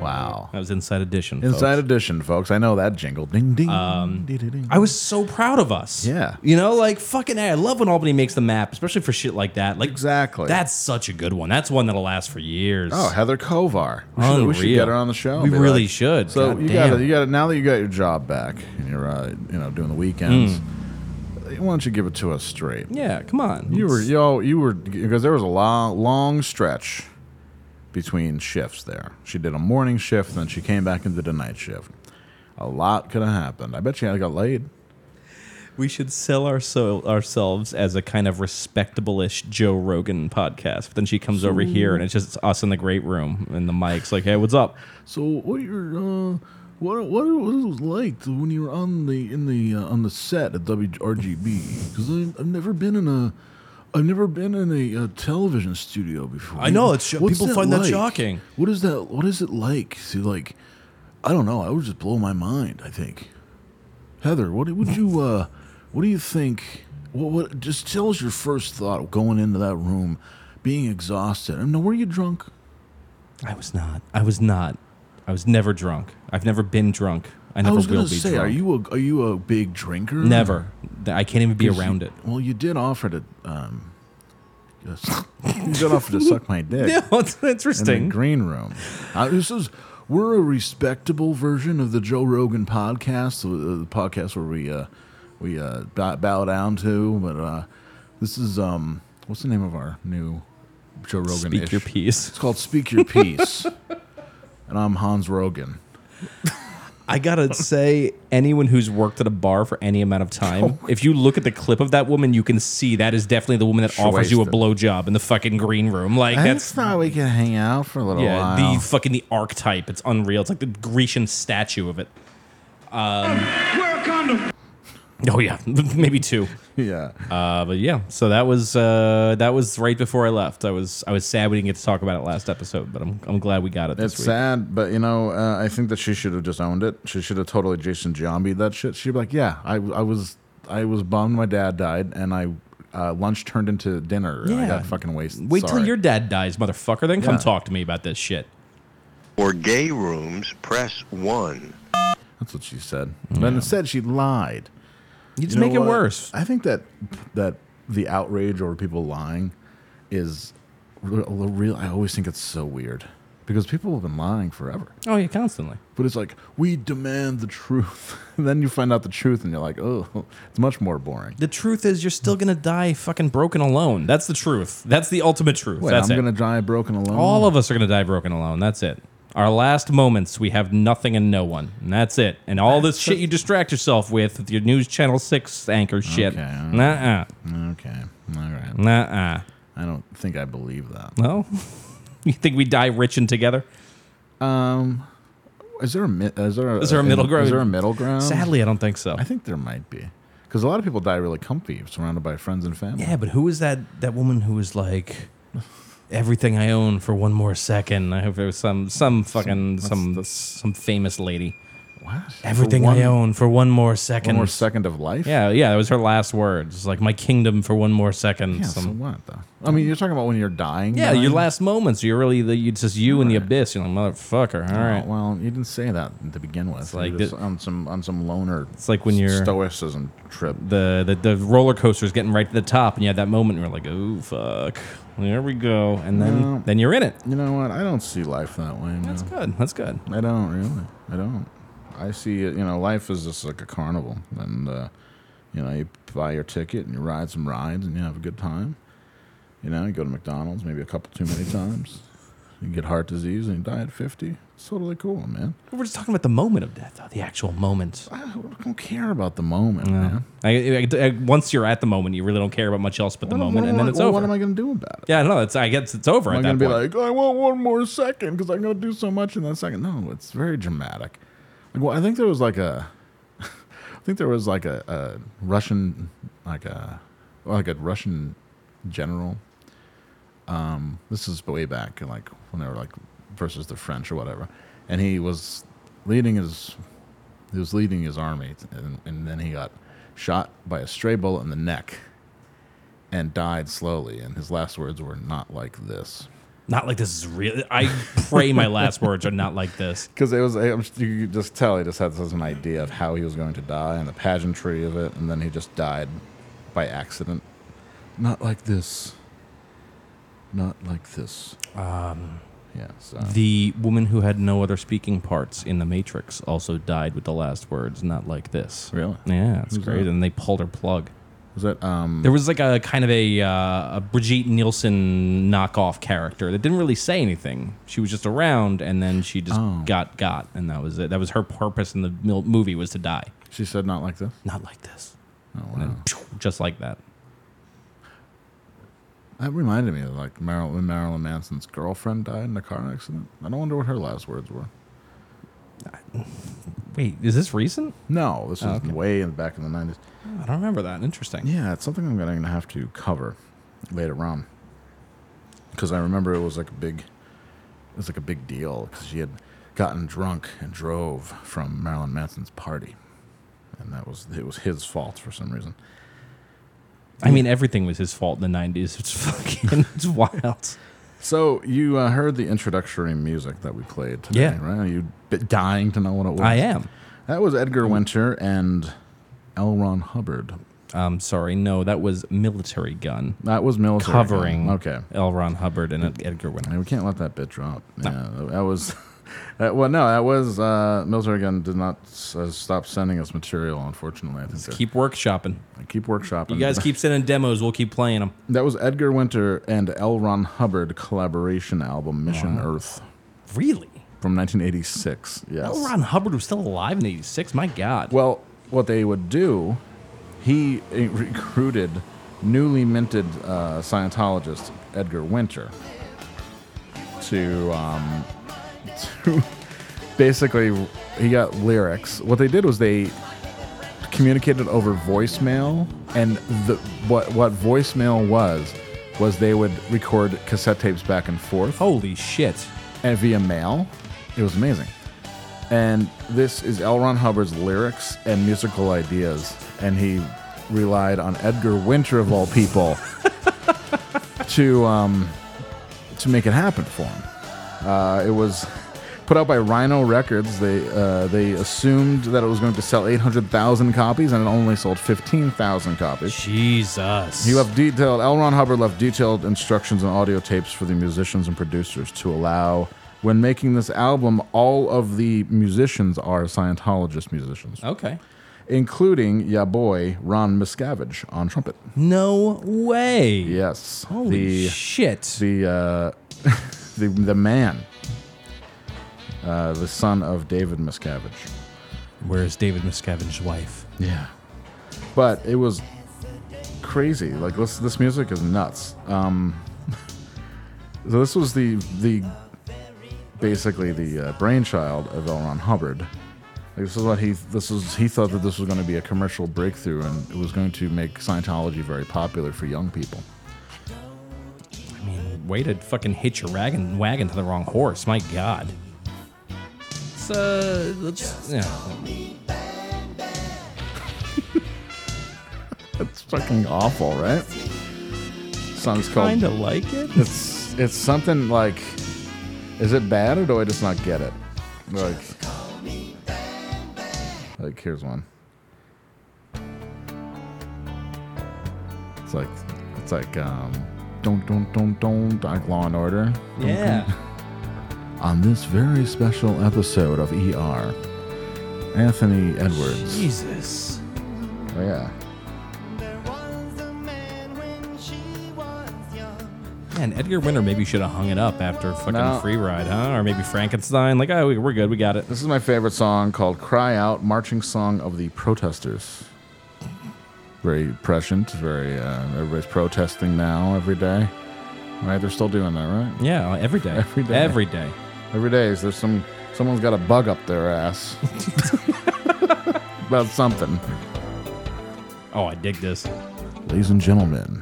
Wow.
That was Inside Edition. folks.
Inside Edition, folks. I know that jingle. Ding ding. Um,
I was so proud of us.
Yeah.
You know, like fucking A, I love when Albany makes the map, especially for shit like that. Like
Exactly.
That's such a good one. That's one that'll last for years.
Oh, Heather Kovar. We should, we should
Unreal.
get her on the show. and
We
be
really
like-
should.
So
God
you
damn.
got to you got to now that you got your job back and you're uh, you know doing the weekends.
Hmm.
Why don't you give it to us straight?
Yeah, come on.
You were yo you were because there was a long long stretch between shifts there. She did a morning shift, then she came back and did a night shift. A lot could have happened. I bet she had got laid.
We should sell our so- ourselves as a kind of respectable-ish Joe Rogan podcast. But then she comes over here, and it's just us in the great room, and the mic's like, "Hey, what's up?"
So what your uh, what what it was like to- when you were on the in the uh, on the set at WRGB? Because I've never been in a I've never been in a, uh television studio before.
I know, it's sho-
What's
people find that
like?
shocking.
What is that? What is it like? to like, I don't know. I would just blow my mind. I think, Heather, what would you uh, what do you think? What what? Just tell us your first thought going into that room, being exhausted. I mean, were you drunk?
I was not. I was not. I was never drunk. I've never been drunk. I never
was
will
gonna
be
say,
drunk.
are you a are you a big drinker?
Never. Th- I can't even be
'Cause
around
you-
it. [laughs]
Well, you did offer to um, just, [laughs] you did offer to suck my
[laughs]
dick.
Yeah, it's
In
interesting.
the green room. Uh, this is we're a respectable version of the Joe Rogan podcast, the, the podcast where we uh, we uh, bow, bow down to. But uh, this is um, what's the name of our new Joe Rogan?
Speak Your Piece.
It's called Speak Your Piece, [laughs] and I'm Hans Rogan. [laughs]
I gotta say, anyone who's worked at a bar for any amount of time,
Oh
if you look at the clip of that woman, you can see that is definitely the woman that
She
offers you a
wasted.
blowjob in the fucking green room. Like
I
that's
just thought we could hang out for a little
yeah,
while.
the fucking the archetype. It's unreal. It's like the Grecian statue of it. Um,
Wear a condom.
oh yeah, [laughs] maybe two.
[laughs] Yeah.
Uh, but yeah, so that was uh, that was right before I left. I was I was sad we didn't get to talk about it last episode, but I'm I'm glad we got it this
It's
week.
sad, but you know, uh, I think that she should have just owned it. She should have totally Jason Giambi that shit. She'd be like, "Yeah, I, I was, I was bummed my dad died, and I, uh, lunch turned into dinner, and I
Yeah.
got fucking wasted."
Wait till
Sorry.
your dad dies, motherfucker. Then come
Yeah.
talk to me about this shit.
For gay rooms, press 1.
That's what she said. But instead, she lied.
You just make it worse.
I think that that the outrage over people lying is re- the real. I always think it's so weird because people have been lying forever.
Oh yeah, constantly.
But it's like we demand the truth. [laughs] and then you find out the truth, and you're like, oh, it's much more boring.
The truth is, you're still gonna die fucking broken alone. That's the truth. That's the ultimate truth.
Wait,
That's
I'm
it.
gonna die broken alone.
All of us are gonna die broken alone. That's it. Our last moments, we have nothing and no one, and that's it. And all this shit you distract yourself with, with your news channel six anchor shit.
Okay, all
Nah.
Okay. All right.
Nah.
I don't think I believe that.
No. [laughs] you think we die rich and together?
Um, is there a mi- is there a,
Is there a middle ground?
Is there a middle ground?
Sadly, I don't think so.
I think there might be because a lot of people die really comfy, surrounded by friends and family.
Yeah, but who is that that woman who was like everything I own for one more second? I hope it was some some fucking
what's
some some famous lady.
What?
Everything
For one-
I own for one more second.
One more second of life.
Yeah, yeah, that was her last words. It's Like my kingdom for one more second.
Yeah, so what, though? I mean, you're talking about when you're dying.
Yeah, your
dying?
last moments. You're really the you just you and the abyss. You're like motherfucker. All
Oh,
right.
well, you didn't say that to begin with. It's
like the-
on some on some loner.
It's like when you're
stoicism trip.
The, the the roller coaster's getting right to the top, and you had that moment where you're like, oh fuck, there we go, and then
No.
then you're in it.
You know what? I don't see life that way.
That's
no.
good. That's good.
I don't really. I don't. I see it. You know, life is just like a carnival, and uh, you know, you buy your ticket and you ride some rides and you have a good time. You know, you go to McDonald's maybe a couple too [laughs] many times. You get heart disease and you die at fifty. It's totally cool, man.
We're just talking about the moment of death, though, the actual moment.
I don't care about the moment, man.
I, I- I- once you're at the moment, you really don't care about much else but the
What am-
moment,
what am
and then
I-
it's
well,
over.
What am I going to do about it?
yeah, no, it's I guess it's over
Am I
at
going
that
to be
point.
like, I want one more second because I'm going to do so much in that second? No, it's very dramatic. Like, well, I think there was like a, [laughs] I think there was like a, a Russian, like a, like a Russian general. Um, this is way back, like when they were like versus the French or whatever, and he was leading his, he was leading his army, and, and then he got shot by a stray bullet in the neck, and died slowly. And his last words were not like this.
Not like this is real. I pray my last words are not like this.
Because it was, I'm- you could just tell he just had such an idea of how he was going to die and the pageantry of it, and then he just died by accident. Not like this. Not like this.
Um,
yeah. So.
The woman who had no other speaking parts in The Matrix also died with the last words, not like this.
Really?
Yeah, it's
Who's
great.
that?
And they pulled her plug.
Was that um?
There was like a kind of a, uh, a Brigitte Nielsen knockoff character that didn't really say anything. She was just around, and then she just
Oh.
got got, and that was it. That was her purpose in the mil- movie was to die.
She said, "Not like this."
Not like this.
Oh wow.
And then, phew, just like that.
That reminded me of like Marilyn, Marilyn Manson's girlfriend died in a car accident. I don't wonder what her last words were.
Wait, is this recent?
No, this is
Oh, okay.
way in the back in the nineties.
I don't remember that. Interesting.
Yeah, it's something I'm going to have to cover later on because I remember it was like a big, it was like a big deal because she had gotten drunk and drove from Marilyn Manson's party, and that was it was his fault for some reason.
I mean, everything was his fault in the '90s. [laughs] It's fucking, it's wild.
So you uh, heard the introductory music that we played today,
Yeah.
right? Are you b- dying to know what it was?
I am.
That was Edgar Winter and L. Ron Hubbard.
I'm Um, sorry, no, that was Military Gun.
That was military. Gun.
covering.
Okay.
L. Ron Hubbard and Ed- Edgar Winter.
Yeah, we can't let that bit drop. Yeah, that was. [laughs] That, well, no, that was uh, military gun did not s- uh, stop sending us material. Unfortunately, I think they're-
Keep workshopping.
keep workshopping.
You guys keep sending demos. We'll keep playing them.
[laughs] That was Edgar Winter and L. Ron Hubbard collaboration album Mission Earth.
Really?
From 1986. Yes.
L. Ron Hubbard was still alive in '86. My God.
Well, what they would do, he [laughs] eh, recruited newly minted uh, Scientologist Edgar Winter to um, [laughs] to basically he got lyrics. What they did was they communicated over voicemail, and the what what voicemail was was they would record cassette tapes back and forth.
Holy shit!
And via mail, it was amazing. And this is L. Ron Hubbard's lyrics and musical ideas, and he relied on Edgar Winter of all people to um, to make it happen for him. Uh, it was put out by Rhino Records. They uh, they assumed that it was going to sell 800,000 copies, and it only sold 15,000 copies.
Jesus.
He left detailed. L. Ron Hubbard left detailed instructions and audio tapes for the musicians and producers to allow. When making this album, all of the musicians are Scientologist musicians,
Okay.
including ya boy Ron Miscavige on trumpet.
No way.
Yes.
Holy
the,
shit.
The uh, [laughs] the the man, uh, the son of David Miscavige.
Where's David Miscavige's wife?
Yeah. But it was crazy. Like this, this music is nuts. Um, [laughs] so this was the the basically the uh, brainchild of L. Ron Hubbard. Like, this is what he this is he thought that this was going to be a commercial breakthrough and it was going to make Scientology very popular for young people.
I mean, way to fucking hitch your wagon wagon to the wrong horse. My God. It's, uh, let's, yeah.
It's fucking awful, right? Song's called.
Kinda like it.
It's it's something like. Is it bad or do I just not get it? Like. Like here's one. It's like it's like um. Don't don't don't don't like Law and Order. Dun,
[laughs] Yeah.
dun. On this very special episode of ER, Anthony Edwards.
Jesus.
Oh, yeah.
Man, Edgar Winter maybe should have hung it up after fucking
No.
Free Ride, huh? Or maybe Frankenstein. Like, oh, we- we're good. We got it.
This is my favorite song called Cry Out, Marching Song of the Protesters. Very prescient, very, uh, everybody's protesting now every day. Right? They're still doing that, right?
Yeah, every day.
Every day.
Every day.
Every day, is there's some, someone's got a bug up their ass about something.
Oh, I dig this.
Ladies and gentlemen,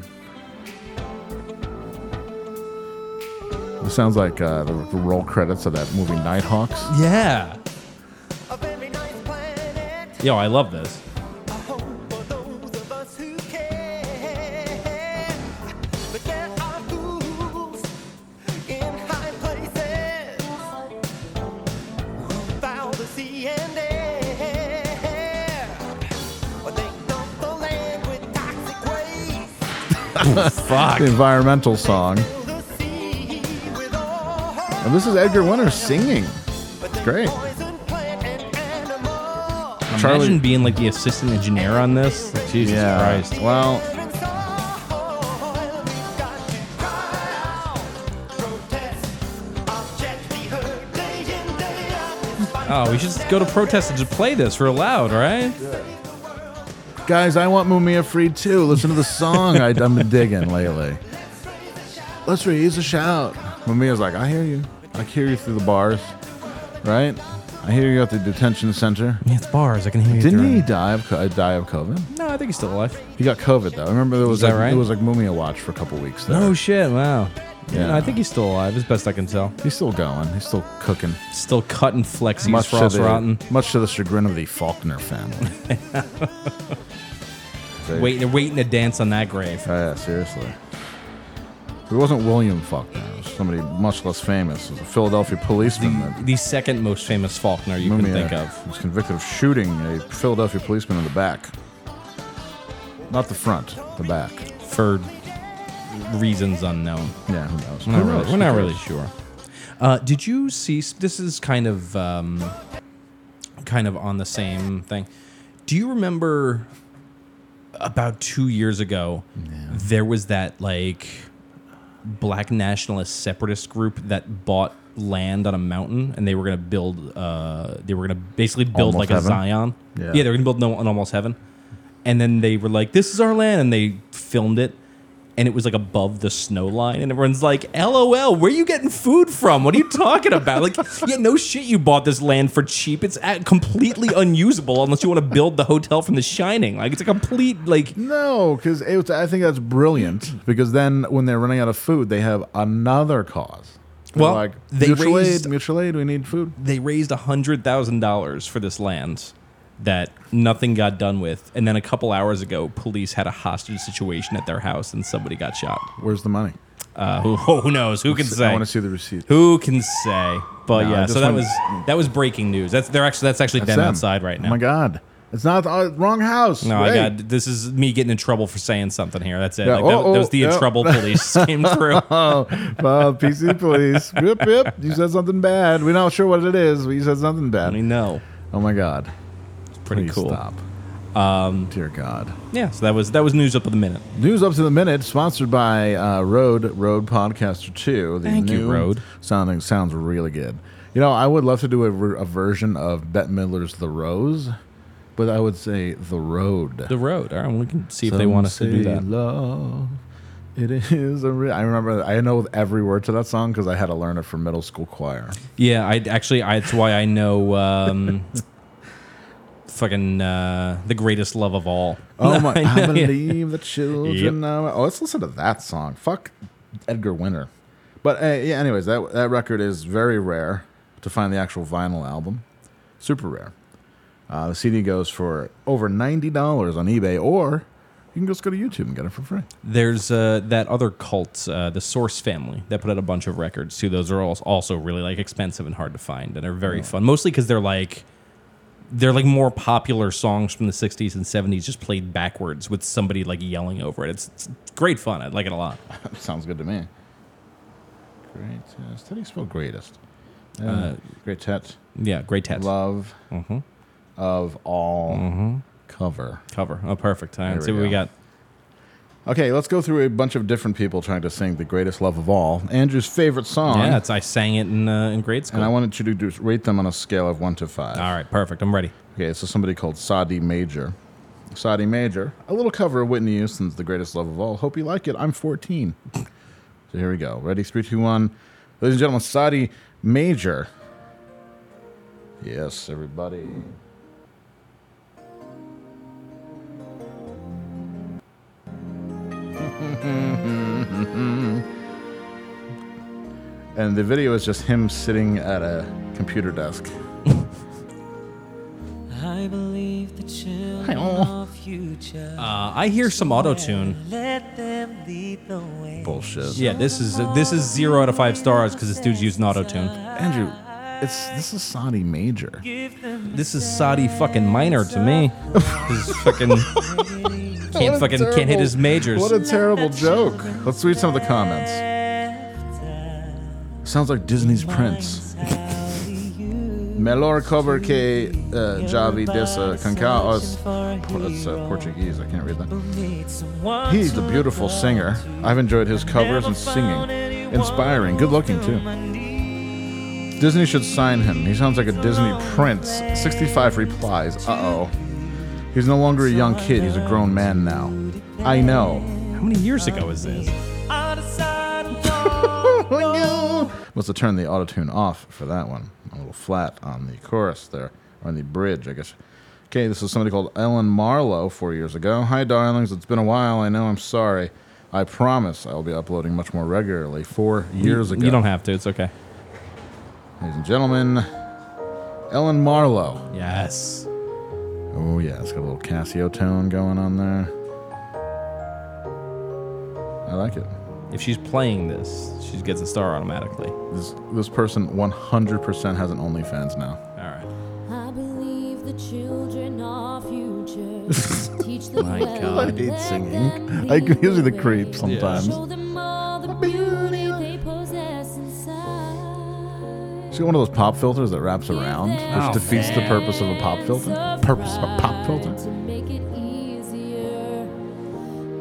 this sounds like uh, the, the roll credits of that movie Nighthawks.
Yeah. Yo, I love this.
But there are fools in
the environmental song. And this is Edgar Winter singing. It's great.
Imagine being like the assistant engineer on this. Like, Jesus Christ.
Well,
oh, we should just go to protest and just play this real loud, right?
guys, I want Mumia free too. Listen to the song I, I've been digging lately. Let's raise a shout. Mumia's like, I hear you. I hear you through the bars, right? I hear you at the detention center.
Yeah, it's bars. I can hear you.
Didn't
through
he
it.
die of co- uh, die of COVID?
No, I think he's still alive.
He got COVID though. I remember there was
Is that
like,
right?
there was like Mumia watch for a couple weeks there.
No shit. Wow.
Yeah.
Yeah. I think he's still alive, as best I can tell.
He's still going. He's still cooking.
Still cutting flexies,
much to
frost
the
rotten.
much to the chagrin of the Faulkner family.
[laughs]
They-
Waiting, they're waiting to dance on that grave.
Oh, yeah, seriously. It wasn't William Faulkner. It was somebody much less famous. It was a Philadelphia policeman. that
The second most famous Faulkner you can
Mumia
think of.
was convicted of shooting a Philadelphia policeman in the back, not the front, the back.
For reasons unknown.
Yeah, who knows?
We're not,
Who
really,
knows?
we're not
Who
really
cares?
sure. Uh, did you see? This is kind of um, kind of on the same thing. Do you remember about two years ago? There was that like black nationalist separatist group that bought land on a mountain, and they were going to build. Uh, they were going to basically build
Almost
like a
Heaven?
Zion.
Yeah.
yeah, they were going to build no, an almost heaven, and then they were like, "This is our land," and they filmed it and it was like above the snow line and everyone's like lol where you getting food from what are you talking about like yeah no shit you bought this land for cheap it's at completely unusable unless you want to build the hotel from the shining like it's a complete like
No, because I think that's brilliant. Because then, when they're running out of food, they have another cause. They're
Well,
like
they
mutual
raised-
aid, mutual aid. We need food.
they raised $100000 for this land that nothing got done with and then a couple hours ago police had a hostage situation at their house and somebody got shot
Where's the money?
uh, who, [laughs] who knows who can
I
say
wanna see the receipt.
who can say but
No, I
yeah
just
so that
wanna-
was that was breaking news that's they're actually that's actually
That's
them,
them.
outside right now
Oh my god, it's not the uh, wrong house.
No,
Wait.
I got this is me getting in trouble for saying something here. That's it.
Yeah,
Like, that,
oh,
that was the
oh,
in
yeah.
trouble
[laughs]
police came through.
Oh, well,
[laughs]
PC police. Yep, yep. You said something bad. We're not sure what it is, but you said something bad.
We know.
Oh my god.
It's pretty
Please
cool.
Stop.
Um,
Dear God.
yeah, so that was that was news up in the minute.
News up to the minute, sponsored by uh, Road Road Podcaster Two. The
Thank you,
new
Rode.
Sounding sounds really good. You know, I would love to do a, ver- a version of Bette Midler's "The Rose," but I would say "The Road."
The road. All right, we can see if they want us to do
Some
that.
say Love. It is a re- I remember. I know every word to that song because I had to learn it from middle school choir.
Yeah, I actually I, it's why I know um, [laughs] fucking uh, the greatest love of all. [laughs]
Oh my! I
know, yeah.
believe the
Yep.
children. know- Oh, let's listen to that song. Fuck Edgar Winter. But uh, yeah, anyways, that that record is very rare to find the actual vinyl album. Super rare. Uh, the CD goes for over ninety dollars on eBay, or you can just go to YouTube and get it for free.
There's uh, that other cult, uh, the Source Family, that put out a bunch of records too. Those are als- also really like expensive and hard to find, and are very fun. Mostly because they're like they're like more popular songs from the '60s and '70s, just played backwards with somebody like yelling over it. It's, it's great fun. I like it a lot.
Sounds good to me. Great. uh, How do you spell greatest? Uh,
Uh,
great tet.
Yeah, great test.
Love
Mhm.
of all
Mm-hmm.
cover.
Cover. Oh, perfect. All right,
There
let's see
we
what we
go.
got.
Okay, let's go through a bunch of different people trying to sing the greatest love of all. Andrew's favorite song.
Yeah, it's I sang it in uh, in grade school.
and I wanted you to do, rate them on a scale of one to five.
All right, perfect. I'm ready.
Okay, so somebody called Sadi Major. Sadi Major, a little cover of Whitney Houston's The Greatest Love of All. Hope you like it. I'm 14. So here we go. Ready? Three, two, one. Ladies and gentlemen, Sadi Major. Yes, everybody. [laughs] And the video is just him sitting at a computer desk.
I believe the children
Hi-oh.
of future.
Uh, I hear some auto tune.
Let them lead the way.
Bullshit.
Yeah, this is this is zero out of five stars because this dude's using auto tune.
Andrew, it's this is Sadi Major. [laughs]
This is Saudi fucking minor to me. This is fucking
What a
Can't fucking can't hit
terrible-
his majors.
What a terrible joke. Let's read some of the comments. Sounds like Disney's [laughs] Prince. Melor cover que uh, Javi dessa cancaos. That's uh, Portuguese. I can't read that. He's a beautiful singer. I've enjoyed his covers and singing. Inspiring. Good looking, too. Disney should sign him. He sounds like a Disney prince. 65 replies. Uh oh. He's no longer a young kid. He's a grown man now. I know. How
many years ago is this?
Must have turned the auto tune off for that one. A little flat on the chorus there, or on the bridge, I guess. Okay, this is somebody called Ellen Marlowe four years ago. Hi, darlings. It's been a while. I know. I'm sorry. I promise I'll be uploading much more regularly. Four years
You-
ago.
You don't have to. It's okay.
Ladies and gentlemen, Ellen Marlowe.
Yes.
Oh, yeah, it's got a little Casio tone going on there. I like it.
If she's playing this, she gets a star automatically.
This, this person 100% has an OnlyFans now.
All right.
I believe the children are future.
[laughs]
Teach them
My
well
God.
and
I hate
let
singing.
them
[laughs] I
be
usually the
aware.
creep sometimes.
Show them all the beauty they possess inside.
She got one of those pop filters that wraps around, which
Oh,
defeats the
man.
purpose of a pop filter. Purpose of a pop filter.
To make it easier,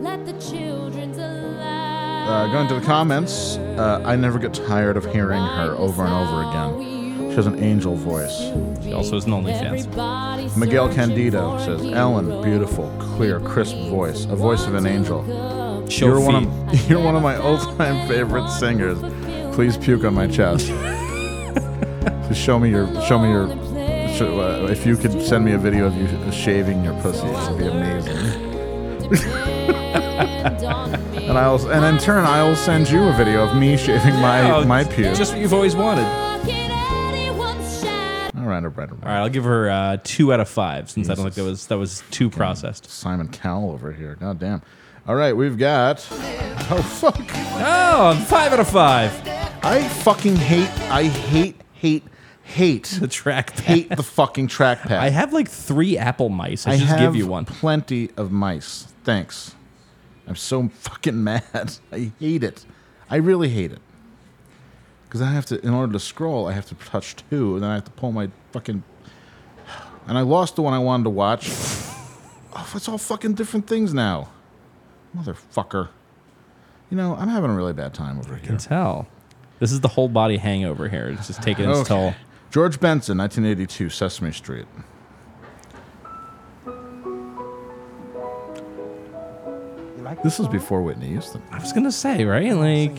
let the children's alive.
Uh, going to the comments, uh, I never get tired of hearing her over and over again. She has an angel voice.
She also has an OnlyFans.
Miguel Candido says, Ellen, beautiful, clear, crisp voice, a voice of an angel.
Show
you're, one of, you're one of my [laughs] all time favorite singers. Please puke on my chest. [laughs] Just show me your, show me your, show, uh, if you could send me a video of you shaving your pussy, it would be amazing. [laughs] And I'll, and in turn, I'll send you a video of me shaving my
Oh,
my pubes.
Just what you've always wanted.
All right, all right, all
right. I'll give her uh, two out of five since I don't think that was that was too processed.
Simon Cowell over here. God damn. All right, we've got. Oh fuck!
Oh, five out of five.
I fucking hate. I hate. Hate. Hate
the trackpad.
Hate the fucking trackpad. I
have like three Apple mice. I should just give
have
you one.
Plenty of mice. Thanks. I'm so fucking [laughs] mad. I hate it. I really hate it. Because I have to, in order to scroll, I have to touch two, and then I have to pull my fucking. And I lost the one I wanted to
[laughs]
watch. oh, it's all fucking different things now. Motherfucker. You know, I'm having a really bad time over
I can tell. This is the whole body hangover here. It's just taking its
Okay.
toll.
George Benson, 1982, Sesame Street. This was before Whitney Houston.
I was gonna say, right? Like,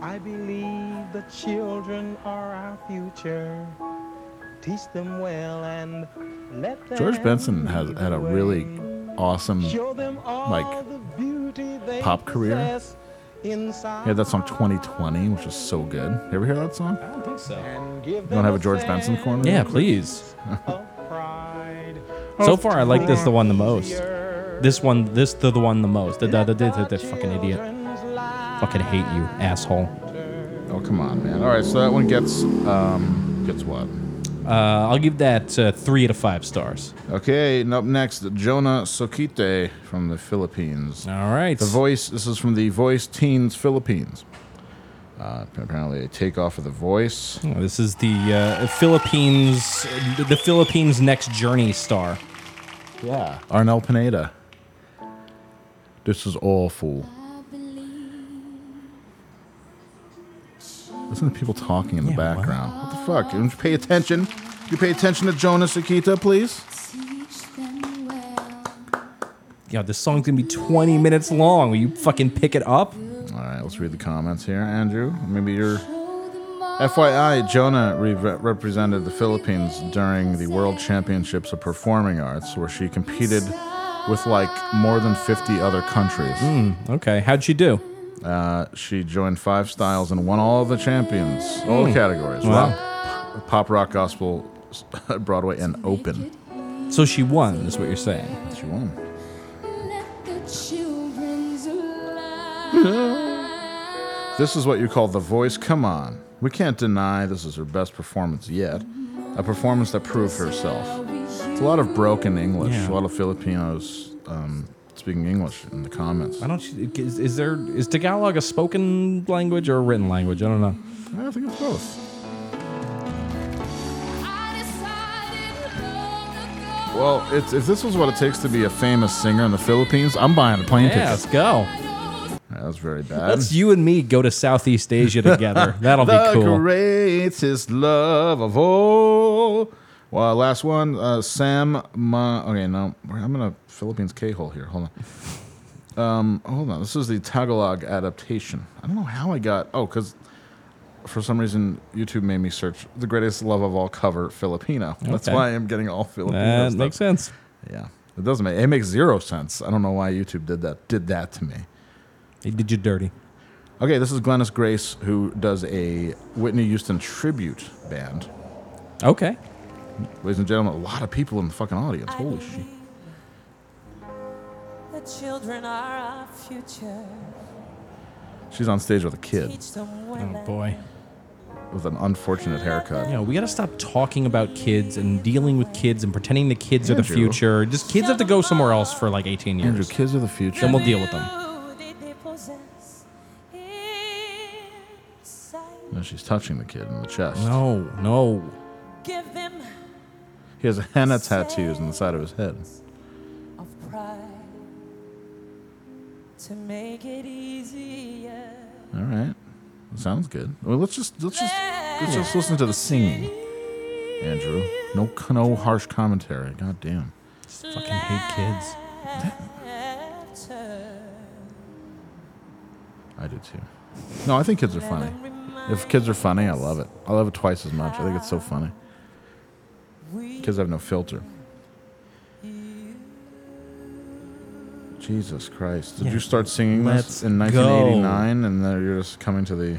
I believe the children are our future. Teach them well and let them
George Benson has had a really awesome,
show them all
like,
the beauty they
pop career.
possess
he
Inside
had that song 2020, which is so good. You ever hear that song? I
don't think so.
You want to have a George Benson corner?
yeah, please.
[laughs]
so far, I like this the one the most. This one, this the, the one the most. The, the, the, the, the- the fucking idiot. Fucking hate you, asshole.
Oh come on, man. All right, so that one gets um, gets what?
Uh, I'll give that uh, three out of five stars.
Okay, and up next, Jonah Sokite from the Philippines.
All right.
The Voice, this is from the Voice Teens Philippines. Uh, apparently, a takeoff of the Voice.
Oh, This is the uh, Philippines, the Philippines Next Journey star.
Yeah. Arnel Pineda. This is awful. Listen to people talking in the background. What? the fuck? Don't you pay attention? You pay attention to Jonas Akita, please?
Yeah, this song's gonna be 20 minutes long. Will you fucking pick it up?
All right, let's read the comments here. Andrew, maybe you're. FYI, Jonah re- represented the Philippines during the World Championships of Performing Arts, where she competed with like more than 50 other countries.
okay, how'd she do?
Uh, she joined five styles and won all the champions, all
Mm.
categories
Wow.
rock, pop, rock, gospel, [laughs] Broadway, and open.
So she won, is what you're saying.
She won. [laughs] This is what you call the voice. Come on. We can't deny this is her best performance yet. A performance that proved herself. It's a lot of broken English.
Yeah.
A lot of Filipinos um, speaking English in the comments.
Why don't you? Is, is there is Tagalog a spoken language or a written language? I don't know.
I think it's both. Well, it's, if this was what it takes to be a famous singer in the Philippines, I'm buying a plane
Yeah,
ticket.
let's go.
That was very bad.
Let's you and me go to Southeast Asia [laughs] together. That'll be
the
cool.
greatest love of all. Well, last one, uh, Sam. Ma- okay, no, I'm in a Philippines K hole here. Hold on. Um, hold on. This is the Tagalog adaptation. I don't know how I got. Oh, because for some reason YouTube made me search the greatest love of all cover Filipino. That's
Okay.
why I'm getting all Filipino.
That
stuff.
makes sense.
Yeah, it doesn't make it makes zero sense. I don't know why YouTube did that. Did that to me?
They did you dirty.
Okay, this is Glennis Grace who does a Whitney Houston tribute band.
Okay.
Ladies and gentlemen, a lot of people in the fucking audience. Holy shit.
The children are our future.
She's on stage with a kid
Teach them well and
Oh, boy.
with an unfortunate haircut.
You know, we got to stop talking about kids and dealing with kids and pretending the kids are the
Andrew.
future. Just kids have to go somewhere else for like 18 years.
Andrew, kids are the future.
Then we'll deal with them.
who did they possess inside.
No, she's touching the kid in the chest.
No, no.
Give them
He has henna tattoos on the side of his head.
of pride to make it easier.
All right. Sounds good. Well, let's just let's just let's just listen to the singing. Andrew, no no harsh commentary. God damn.
Fucking hate kids.
I do too. No, I think kids are funny. If kids are funny, I love it. I love it twice as much. I think it's so funny. Kids have no filter. Jesus Christ. Did
Yeah.
you start singing
Let's
this in
go.
1989 and then you're just coming to the.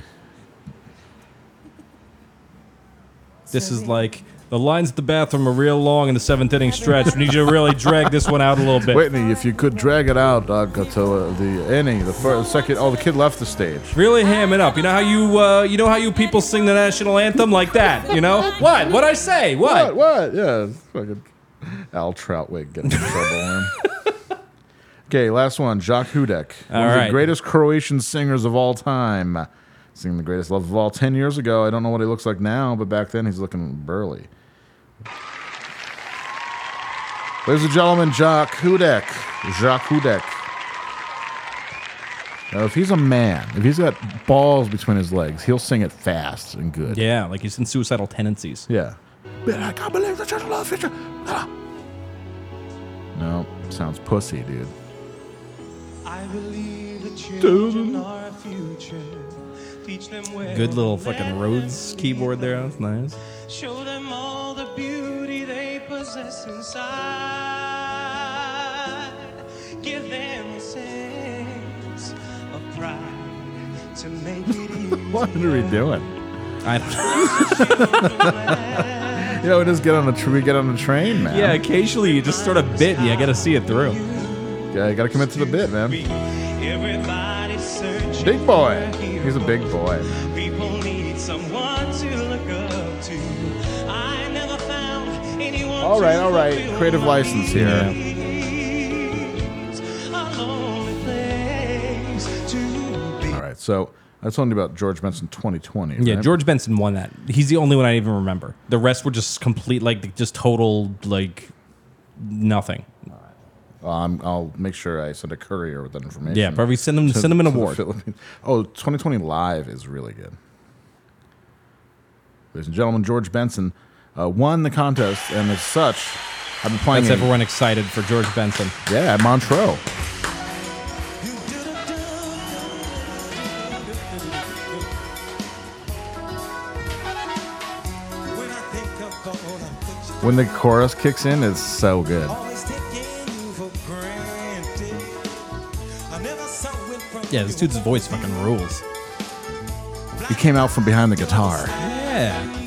This is like the lines at the bathroom are real long in the seventh inning stretch. We need you to really drag this one out a little bit.
Whitney, if you could drag it out, I'll go to uh, the inning. The first, second. Oh, the kid left the stage.
Really ham it up. You know how you uh, you know how you people sing the national anthem like that. You know what? What I say? What?
What? Yeah. it's Fucking Al Troutwig getting in trouble.
[laughs]
man. Okay, last one. Jacques Hudek.
All
one of
right.
the greatest Croatian singers of all time. Singing the greatest love of all 10 years ago. I don't know what he looks like now, but back then he's looking burly. Ladies and gentlemen, Jacques Hudek. Jacques Hudek. Now, if he's a man, if he's got balls between his legs, he'll sing it fast and good.
Yeah, like he's in suicidal tendencies.
Yeah. I can't believe the church love future. No, sounds pussy, dude. [laughs]
I believe the children are our future. Teach them well.
Good little fucking Rhodes keyboard there. That's nice.
Show them all the beauty they possess inside. Give them a sense of pride to make it easy.
What are we doing?
I
don't know. you know, we just get on a tr- we get on a train, man.
[laughs] Yeah, occasionally you just sort of bit. and You got to see it through.
Yeah, you gotta commit to the bit, man.
Everybody searching.
Big boy. He's a big boy.
People need someone to look up to. I never found anyone.
All
to
right, all right.
fulfill
Creative
my
license here.
needs. A lonely place to be.
All right, so I was telling you about George Benson 2020.
Yeah,
right?
George Benson won that. He's the only one I even remember. The rest were just complete, like just total, like nothing.
Um, I'll make sure I send a courier with that information.
Yeah, probably send him-
to-
send him an
to the
award.
Philippines. Oh, 2020 Live is really good. Ladies and gentlemen, George Benson uh, won the contest, and as such, I've been playing.
That's
a-
everyone excited for George Benson.
Yeah, at Montreux. When the chorus kicks in, it's so good.
Yeah, this dude's voice fucking rules.
He came out from behind the guitar.
Yeah.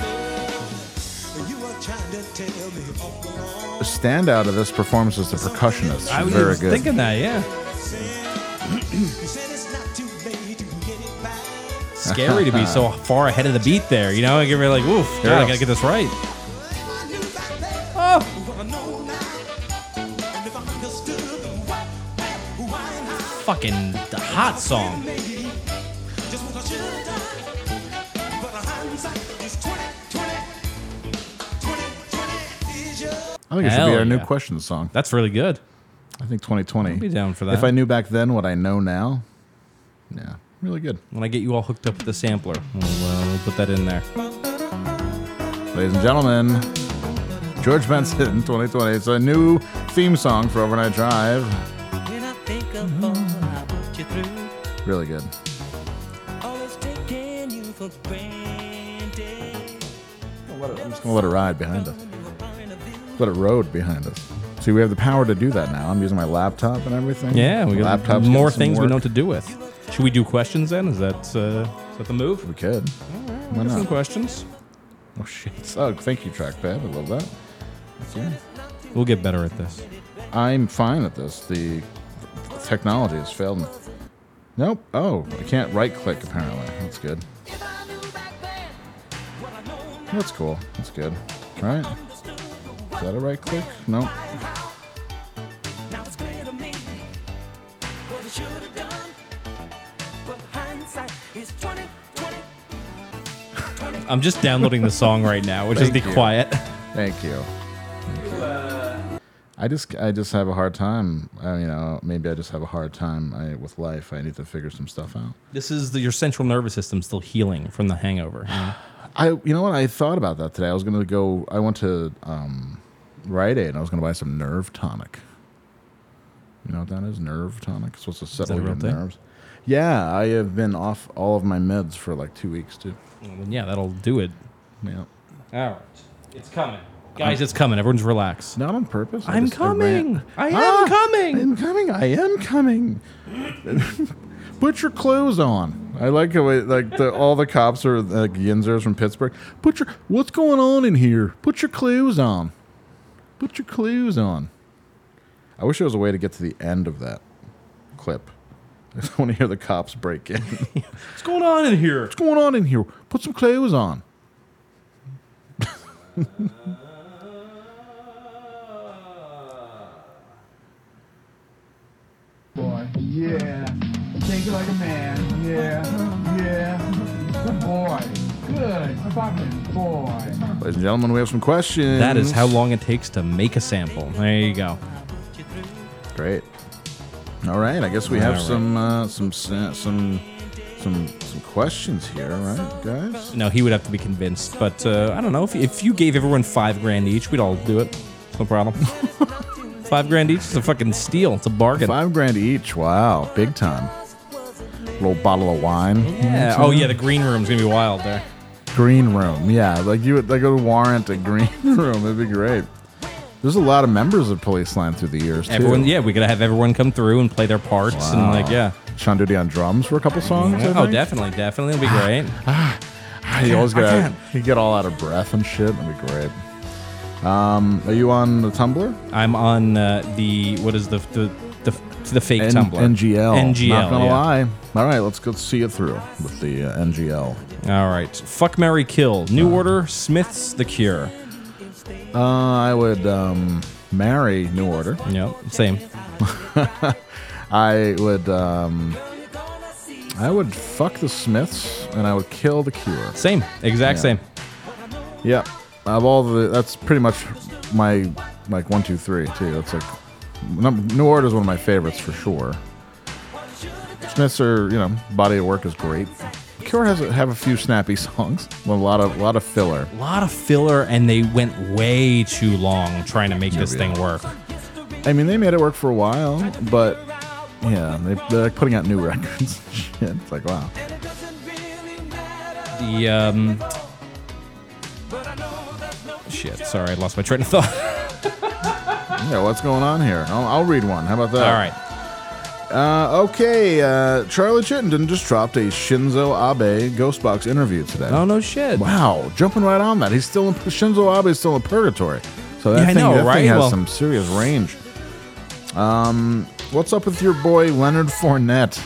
The standout of this performance is the percussionist.
I was
Very good.
thinking that, yeah. Scary to be
[laughs]
so far ahead of the beat there, you know? And you're like, oof, God, I
Yeah.
gotta get this right.
Oh.
fucking hot song.
I think it should
Hell
be our new
yeah.
question song.
That's really good.
I think 2020.
I'd be down for
If
that.
I knew back then what I know now, yeah, really good.
When I get you all hooked up with the sampler, we'll, uh, we'll put that in there.
Ladies and gentlemen, George Benson, [laughs] 2020. It's a new theme song for Overnight Drive.
When I think of all I put you through,
Really good.
always taking you for granted.
I'm just gonna let it ride behind us. Let it road behind us. See, we have the power to do that now. I'm using my laptop and everything.
Yeah, we got
Laptop's
more
getting some
things we
work.
know what to do with. Should we do questions then? Is that uh, is that the move?
We could. Why
Got Some
not?
questions.
Oh shit! Oh, thank you, trackpad. I love that. That's yeah.
We'll get better at this.
I'm fine at this. The technology has failed me. Nope. Oh, I can't right click apparently. That's good. That's cool. That's good. Right? Is that a right click? Nope.
Now it's clear to me what I should have done. But hindsight is 20, 20.
I'm just downloading the song right now, which is the
Thank you.
quiet. [laughs]
Thank you. I just I just have a hard time. I, you know, maybe I just have a hard time I, with life. I need to figure some stuff out.
This is the, your central nervous system still healing from the hangover.
[gasps]
you know?
I you know what I thought about that today. I was gonna go. I went to um, Rite Aid and I was gonna buy some Nerve tonic. You know what that is? Nerve tonic. It's supposed to settle
a
your
real thing?
nerves. Yeah, I have been off all of my meds for like two weeks too.
Well, yeah, that'll do it.
Yeah.
All right, it's coming, guys. It's coming. Everyone's relaxed.
Not on purpose. I
I'm
just- I ran-
coming. I am
Ah,
coming.
I'm coming. I am coming. [laughs] Put your clothes on. I like how it, like the, all the cops are like yinzers from Pittsburgh. Put your what's going on in here? Put your clothes on. Put your clothes on. I wish there was a way to get to the end of that clip. [laughs] I just want to hear the cops break in.
What's going on
[laughs]
in here?
what's going on in here? Put some clothes on.
boy. Yeah. Take it like a man. Yeah. Yeah. Good boy. Good fucking boy.
Ladies and gentlemen, we have some questions.
That is how long it takes to make a sample. There you go.
Great. All right, I guess we have
All right.
some uh, some sa- some some some questions here, right, guys?
No, he would have to be convinced. But uh, I don't know if, if you gave everyone five grand each, we'd all do it. No problem. [laughs] five grand each is a fucking steal. It's a bargain.
Five grand each. Wow, big time. Little bottle of wine.
Yeah. Oh yeah, the green room's gonna be wild there.
green room. Yeah, like you would like a warrant a green [laughs] room. It'd be great. There's a lot of members of Police Line through the years. Too.
Everyone, yeah, we gotta have everyone come through and play their parts and
Wow.
like yeah.
Sean Duty on drums for a couple songs. I
Oh,
think.
definitely, definitely, it'll be great.
You always
I
get
can't.
you get all out of breath and shit. That'd be great. Um, are you on the Tumblr?
I'm on uh, the what is the the the, the fake
N-
Tumblr
NGL.
NGL.
Not gonna
yeah.
lie. All right, let's go see it through with the uh, NGL.
All right, fuck Mary Kill, New Order, Smiths, The Cure.
Uh, I would um, marry New Order.
Yep, same.
I would um, I would fuck the Smiths and I would kill the Cure.
Same, exact
Yeah.
same.
Yeah, of all the that's pretty much my like one two three too. That's like num- New Order is one of my favorites for sure. Smiths are you know body of work is great. Cure has a, have a few snappy [laughs] songs, a lot of lot of filler.
A lot of filler, and they went way too long trying to make this thing work.
I mean, they made it work for a while, but yeah, they, they're like putting out new [laughs] records. Shit, it's like wow.
The um, shit. Sorry, I lost my train of thought. [laughs]
Yeah, what's going on here? I'll, I'll read one. How about that?
All right.
Uh, okay, uh, Charlie Chittenden just dropped a Shinzo Abe Ghostbox interview today.
Oh no shit.
Wow, jumping right on that. He's still in Shinzo Abe is still in purgatory. So that
Yeah, I
thing,
know,
that
right?
thing has
Well-
some serious range. Um, what's up with your boy Leonard Fournette?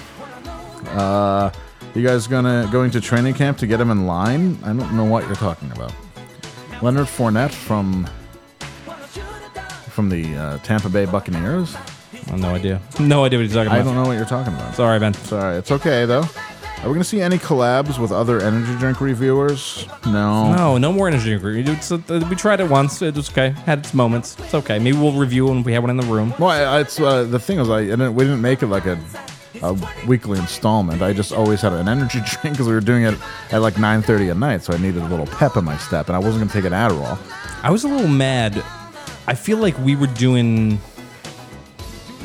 Uh, you guys gonna going to training camp to get him in line? I don't know what you're talking about. Leonard Fournette from from the uh, Tampa Bay Buccaneers.
I have no idea. No idea what you're talking
I
about.
don't know what you're talking about.
Sorry, Ben.
Sorry, it's okay though. Are we gonna see any collabs with other energy drink reviewers? No.
No, no more energy drink. It's, uh, we tried it once. It was okay. Had its moments. It's okay. Maybe we'll review when we have one in the room.
Well, I- I- it's uh, the thing is, I didn't, we didn't make it like a, a weekly installment. I just always had an energy [laughs] drink because we were doing it at like 9:30 at night, so I needed a little pep in my step, and I wasn't gonna take an Adderall.
I was a little mad. I feel like we were doing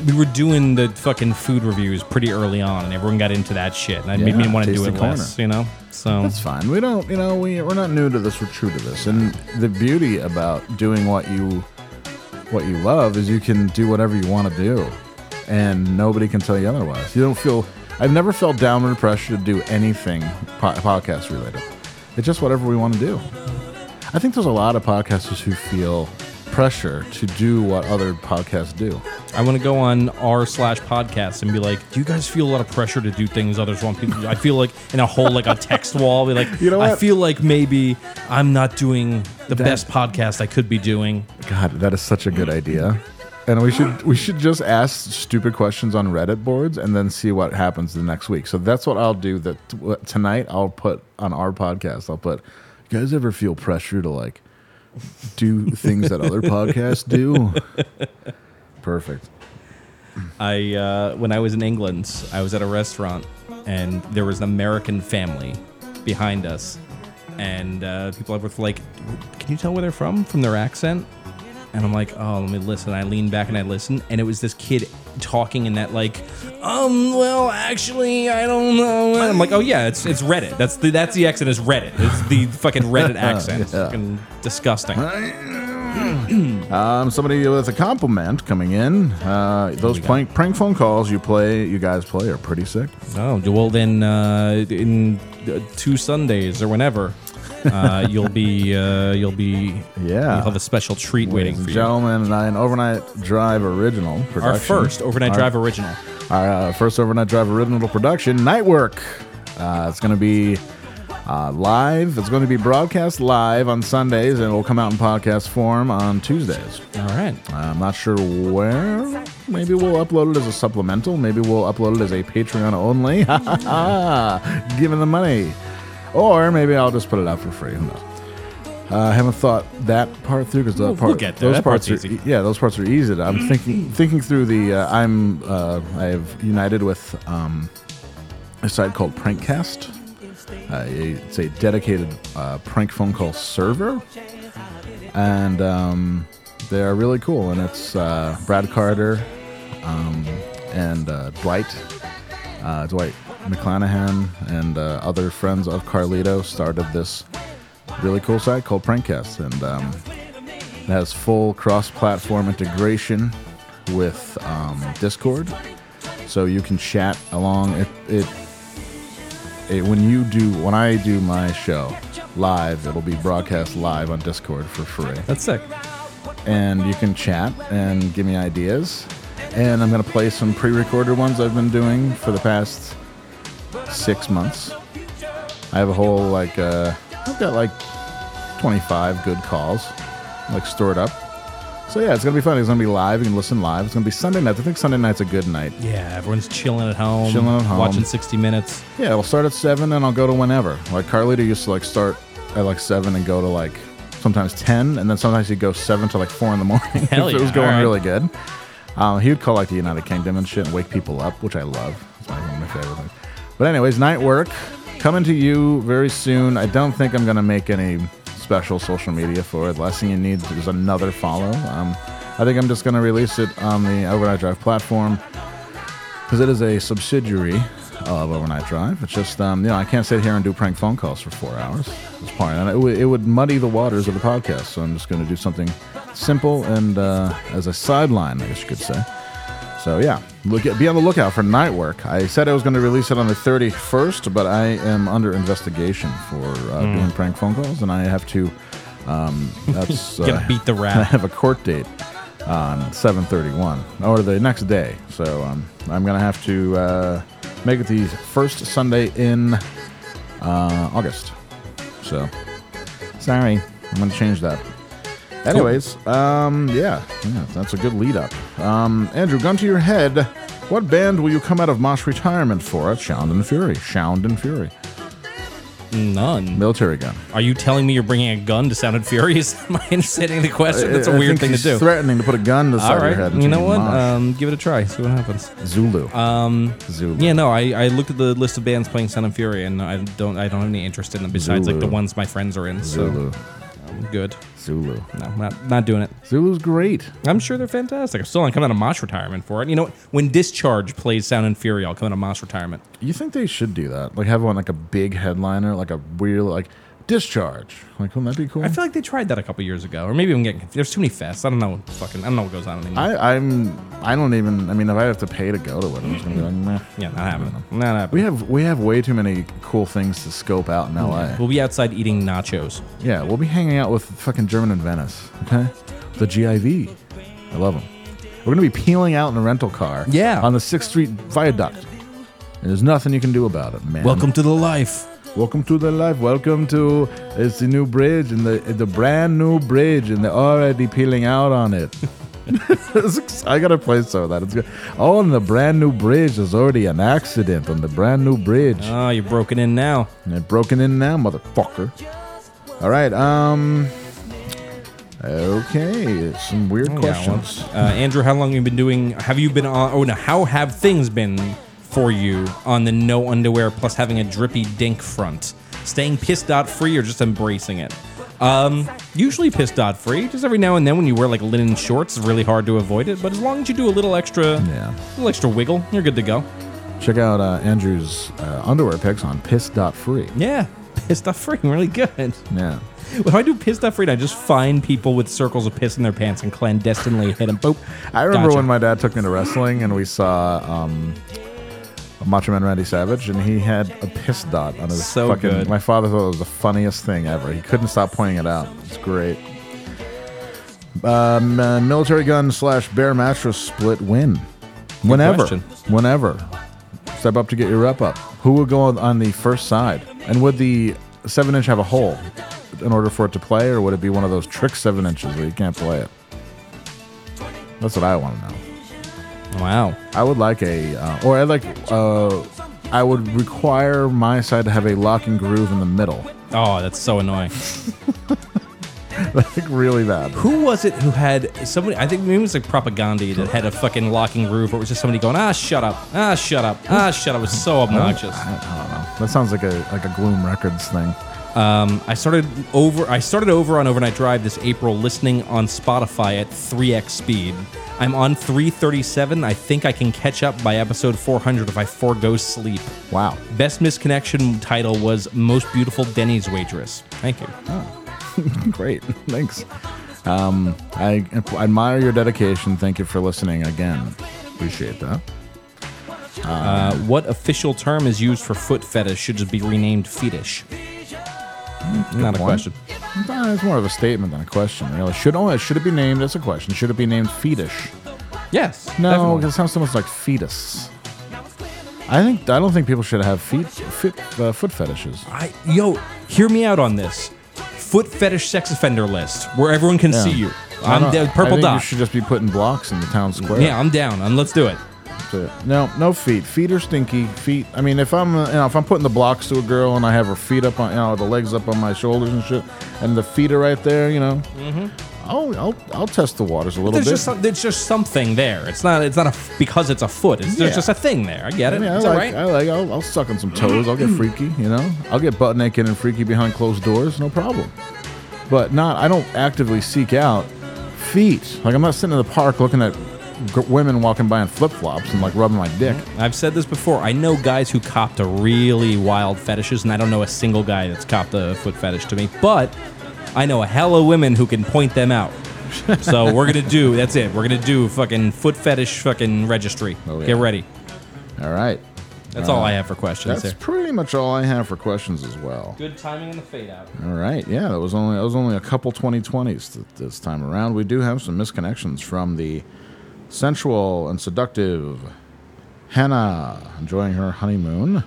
we were doing the fucking food reviews pretty early on, and everyone got into that shit, and it made me
Yeah,
want to do
Tasty
it
Corner.
less. You know, so
That's fine. We don't, you know, we we're not new to this. We're true to this. And the beauty about doing what you what you love is you can do whatever you want to do, and nobody can tell you otherwise. You don't feel. I've never felt downward pressure to do anything po- podcast related. It's just whatever we want to do. I think there's a lot of podcasters who feel pressure to do what other podcasts do.
I want to go on r slash podcast and be like, "Do you guys feel a lot of pressure to do things others want people?" to do?" I feel like in a whole like a text wall, be like,
You know
I
what?
feel like maybe I'm not doing the
That-
best podcast I could be doing."
God, that is such a good idea. And we should we should just ask stupid questions on Reddit boards and then see what happens the next week. So that's what I'll do. That what- tonight I'll put on our podcast. I'll put. You guys ever feel pressure to like do things that other podcasts do? Perfect.
I uh, when I was in England, I was at a restaurant and there was an American family behind us, and uh, people were like, "Can you tell where they're from from their accent?" And I'm like, "Oh, let me listen." I lean back and I listen, and it was this kid talking in that like, "Um, well, actually, I don't know." And I'm like, "Oh yeah, it's it's Reddit. That's the that's the accent is Reddit. It's the fucking Reddit accent. It's
Yeah.
fucking disgusting."
um, somebody with a compliment coming in. Uh, those prank, prank phone calls you play, you guys play, are pretty sick.
Oh well, then uh, in uh, two Sundays or whenever,
[laughs]
uh, you'll be uh, you'll be
yeah.
You'll have a special treat waiting
Ladies
for
and
you.
gentlemen, and I, an overnight drive original production.
first Overnight Drive original.
Our uh, first overnight drive original production, Night Work. Uh, it's going to be uh, live. It's going to be broadcast live on Sundays, and it will come out in podcast form on Tuesdays.
All right.
I'm not sure where. Maybe we'll upload it as a supplemental. Maybe we'll upload it as a Patreon only. [laughs] Giving the money. Or maybe I'll just put it out for free. Who knows? Uh, I haven't thought that part through because that
Oh, We'll-
part,
we'll get there.
those
That
parts
part's
are,
easy. Mm.
yeah, those parts are easy. to- I'm thinking thinking through the. Uh, I'm uh, I've united with um, a site called Prankcast. Uh, it's a dedicated uh, prank phone call server, and um, they are really cool. And it's uh, Brad Carter um, and uh, Dwight, uh, Dwight McClanahan, and uh, other friends of Carlito started this really cool site called Prankcast, and um, it has full cross-platform integration with um, Discord, so you can chat along. It, it, it when you do when I do my show live, it'll be broadcast live on Discord for free.
That's sick.
And you can chat and give me ideas, and I'm gonna play some pre-recorded ones I've been doing for the past six months. I have a whole like uh, I've got like 25 good calls, like stored up. So yeah, it's gonna be fun. It's gonna be live. You can listen live. It's gonna be Sunday nights. I think Sunday night's a good night.
Yeah, everyone's chilling at home,
Chilling at home.
watching 60 Minutes.
Yeah, it'll start at seven and I'll go to whenever. Like Carlito used to like start at like seven and go to like sometimes ten, and then sometimes he'd go seven to like four in the [laughs] morning.
Hell
if it was
yeah,
going
alright.
really good. Um, he would call like the United Kingdom and shit and wake people up, which I love. It's my, one of my favorite things. But anyways, night work coming to you very soon. I don't think I'm gonna make any special social media for it. The last thing you need is another follow. Um, I think I'm just gonna release it on the Overnight Drive platform because it is a subsidiary of Overnight Drive. It's just, um, you know, I can't sit here and do prank phone calls for four hours. It's part, and it, would it would muddy the waters of the podcast. So I'm just going to do something simple and uh, as a sideline, I guess you could say. So yeah, look at, be on the lookout for Night Work. I said I was going to release it on the 31st, but I am under investigation for uh,
Hmm.
doing prank phone calls, and I have to. Um, that's
Gonna beat the rap.
I [laughs] have a court date on 7:31 or the next day, so um, I'm gonna have to uh, make it the first Sunday in uh, August. So sorry, I'm gonna change that. Anyways, um, yeah, yeah, that's a good lead up. Um, Andrew, gun to your head. What band will you come out of Mosh retirement for at Shound and Fury? Shound and Fury.
None.
Military gun.
Are you telling me you're bringing a gun to Sound and Fury? [laughs] Is my understanding of the question? That's a
I- I
weird
think
thing to
he's
do.
Threatening to put a gun to the side
All
of your
right.
head.
You know what? Um, give it a try. See what happens.
Zulu.
Um,
Zulu.
Yeah, no. I, I looked at the list of bands playing Sound and Fury, and I don't I don't have any interest in them besides like the
Zulu.
ones my friends are in. So
Zulu.
I'm good.
Zulu.
No, I'm not not doing it.
Zulu's great.
I'm sure they're fantastic. I'm still not coming out of Mosh retirement for it. You know, what? when Discharge plays Sound and Fury, I'll come out of Mosh retirement.
You think they should do that? Like have one like a big headliner, like a weird like discharge. Like wouldn't that be cool?
I feel like they tried that a couple years ago, or maybe I'm getting confused. There's too many fests. I don't know. What fucking, I don't know what goes on anymore.
I, I'm. I don't even. I mean, if I have to pay to go to it, I'm just gonna be like, meh.
Yeah, not happening.
We have we have way too many cool things to scope out in LA.
We'll be outside eating nachos.
Yeah, we'll be hanging out with fucking German in Venice. Okay, the GIV. I love them. We're gonna be peeling out in a rental car. Yeah, on the Sixth Street Viaduct. And there's nothing you can do about it, man.
Welcome to the life.
Welcome to the life. Welcome to it's the new bridge and the the brand new bridge, and they're already peeling out on it. [laughs] It's ex- I gotta play some of that. It's good. Oh, and the brand new bridge is already an accident on the brand new bridge.
Oh, you're broken in now.
broken in now, motherfucker. All right. Um. Okay. Some weird
Yeah, well,
questions.
uh, Andrew, how long have you been doing? Have you been on? Oh no, how have things been for you on the no underwear plus having a drippy dink front? Staying piss dot free or just embracing it? Um, usually piss dot free. Just every now and then when you wear like linen shorts, it's really hard to avoid it. But as long as you do a little extra, yeah, little extra wiggle, you're good to go.
Check out uh, Andrew's uh, underwear pics on piss.free.
Yeah, [laughs] piss dot free, really good.
Yeah.
When I do piss dot free, I just find people with circles of piss in their pants and clandestinely hit them. Boop.
I remember when my dad took me to wrestling and we saw um, Macho Man Randy Savage and he had a piss dot on his
So
fucking.
good.
My father thought it was the funniest thing ever. He couldn't stop pointing it out. It's great. Um, uh, military gun slash bare mattress split win. Whenever,
question.
whenever, step up to get your rep up. Who would go on, on the first side? And would the seven inch have a hole in order for it to play, or would it be one of those trick seven inches where you can't play it? That's what I want to know.
Wow.
I would like a, uh, or I like, uh, I would require my side to have a lock and groove in the middle, [laughs]
Oh, that's so annoying.
like really bad.
Who was it who had somebody? I think maybe it was like Propaganda that had a fucking locking roof, or it was just somebody going, ah, shut up, ah, shut up, ah, shut up. It was so obnoxious.
I don't, I don't know. That sounds like a like a Gloom Records thing.
Um, I started over. I started over on Overnight Drive this April, listening on Spotify at 3x speed. I'm on 337. I think I can catch up by episode 400 if I forego sleep.
Wow. [laughs]
Best misconnection title was Most Beautiful Denny's Waitress. Thank you.
Great, [laughs] thanks. Um, I admire your dedication. Thank you for listening again. Appreciate that.
Uh, what official term is used for foot fetish should just be renamed fetish? Not a question.
No, It's more of a statement than a question. Really, should oh, should it be named as a question? Should it be named fetish?
Yes.
No,
definitely.
because it sounds so much like fetus. I think I don't think people should have feet, fit, uh, foot fetishes.
I yo, hear me out on this. Foot fetish sex offender list where everyone can see you.
I
I'm
don't-
the
I
purple
think You
dot.
should just be putting blocks in the town square.
Yeah, I'm down. And let's do it.
That's it. No, no feet. Feet are stinky. Feet. I mean, if I'm uh, you know, if I'm putting the blocks to a girl and I have her feet up on you know the legs up on my shoulders and shit, and the feet are right there, you know.
Mhm.
I'll, I'll I'll test the waters a little
There's
bit.
just some, there's just something there. It's not it's not a f- because it's a foot. It's,
Yeah.
There's just a thing there. I get it.
I mean, I
it's
like,
all right.
I like. I'll, I'll suck on some toes. I'll get freaky. You know, I'll get butt naked and freaky behind closed doors. No problem. But not. I don't actively seek out feet. Like I'm not sitting in the park looking at g- women walking by in flip flops and like rubbing my dick.
I've said this before. I know guys who cop to really wild fetishes, and I don't know a single guy that's copped a foot fetish to me. But I know a hell of women who can point
[laughs]
them out. so we're gonna do. That's it. We're gonna do fucking foot fetish fucking registry.
Oh,
Get ready.
All right.
That's all I have for questions
That's
here.
pretty much all I have for questions as well.
Good timing in the fade out.
All right, yeah, that was only that was only a couple 2020s th- this time around. We do have some misconnections from the sensual and seductive Hannah enjoying her honeymoon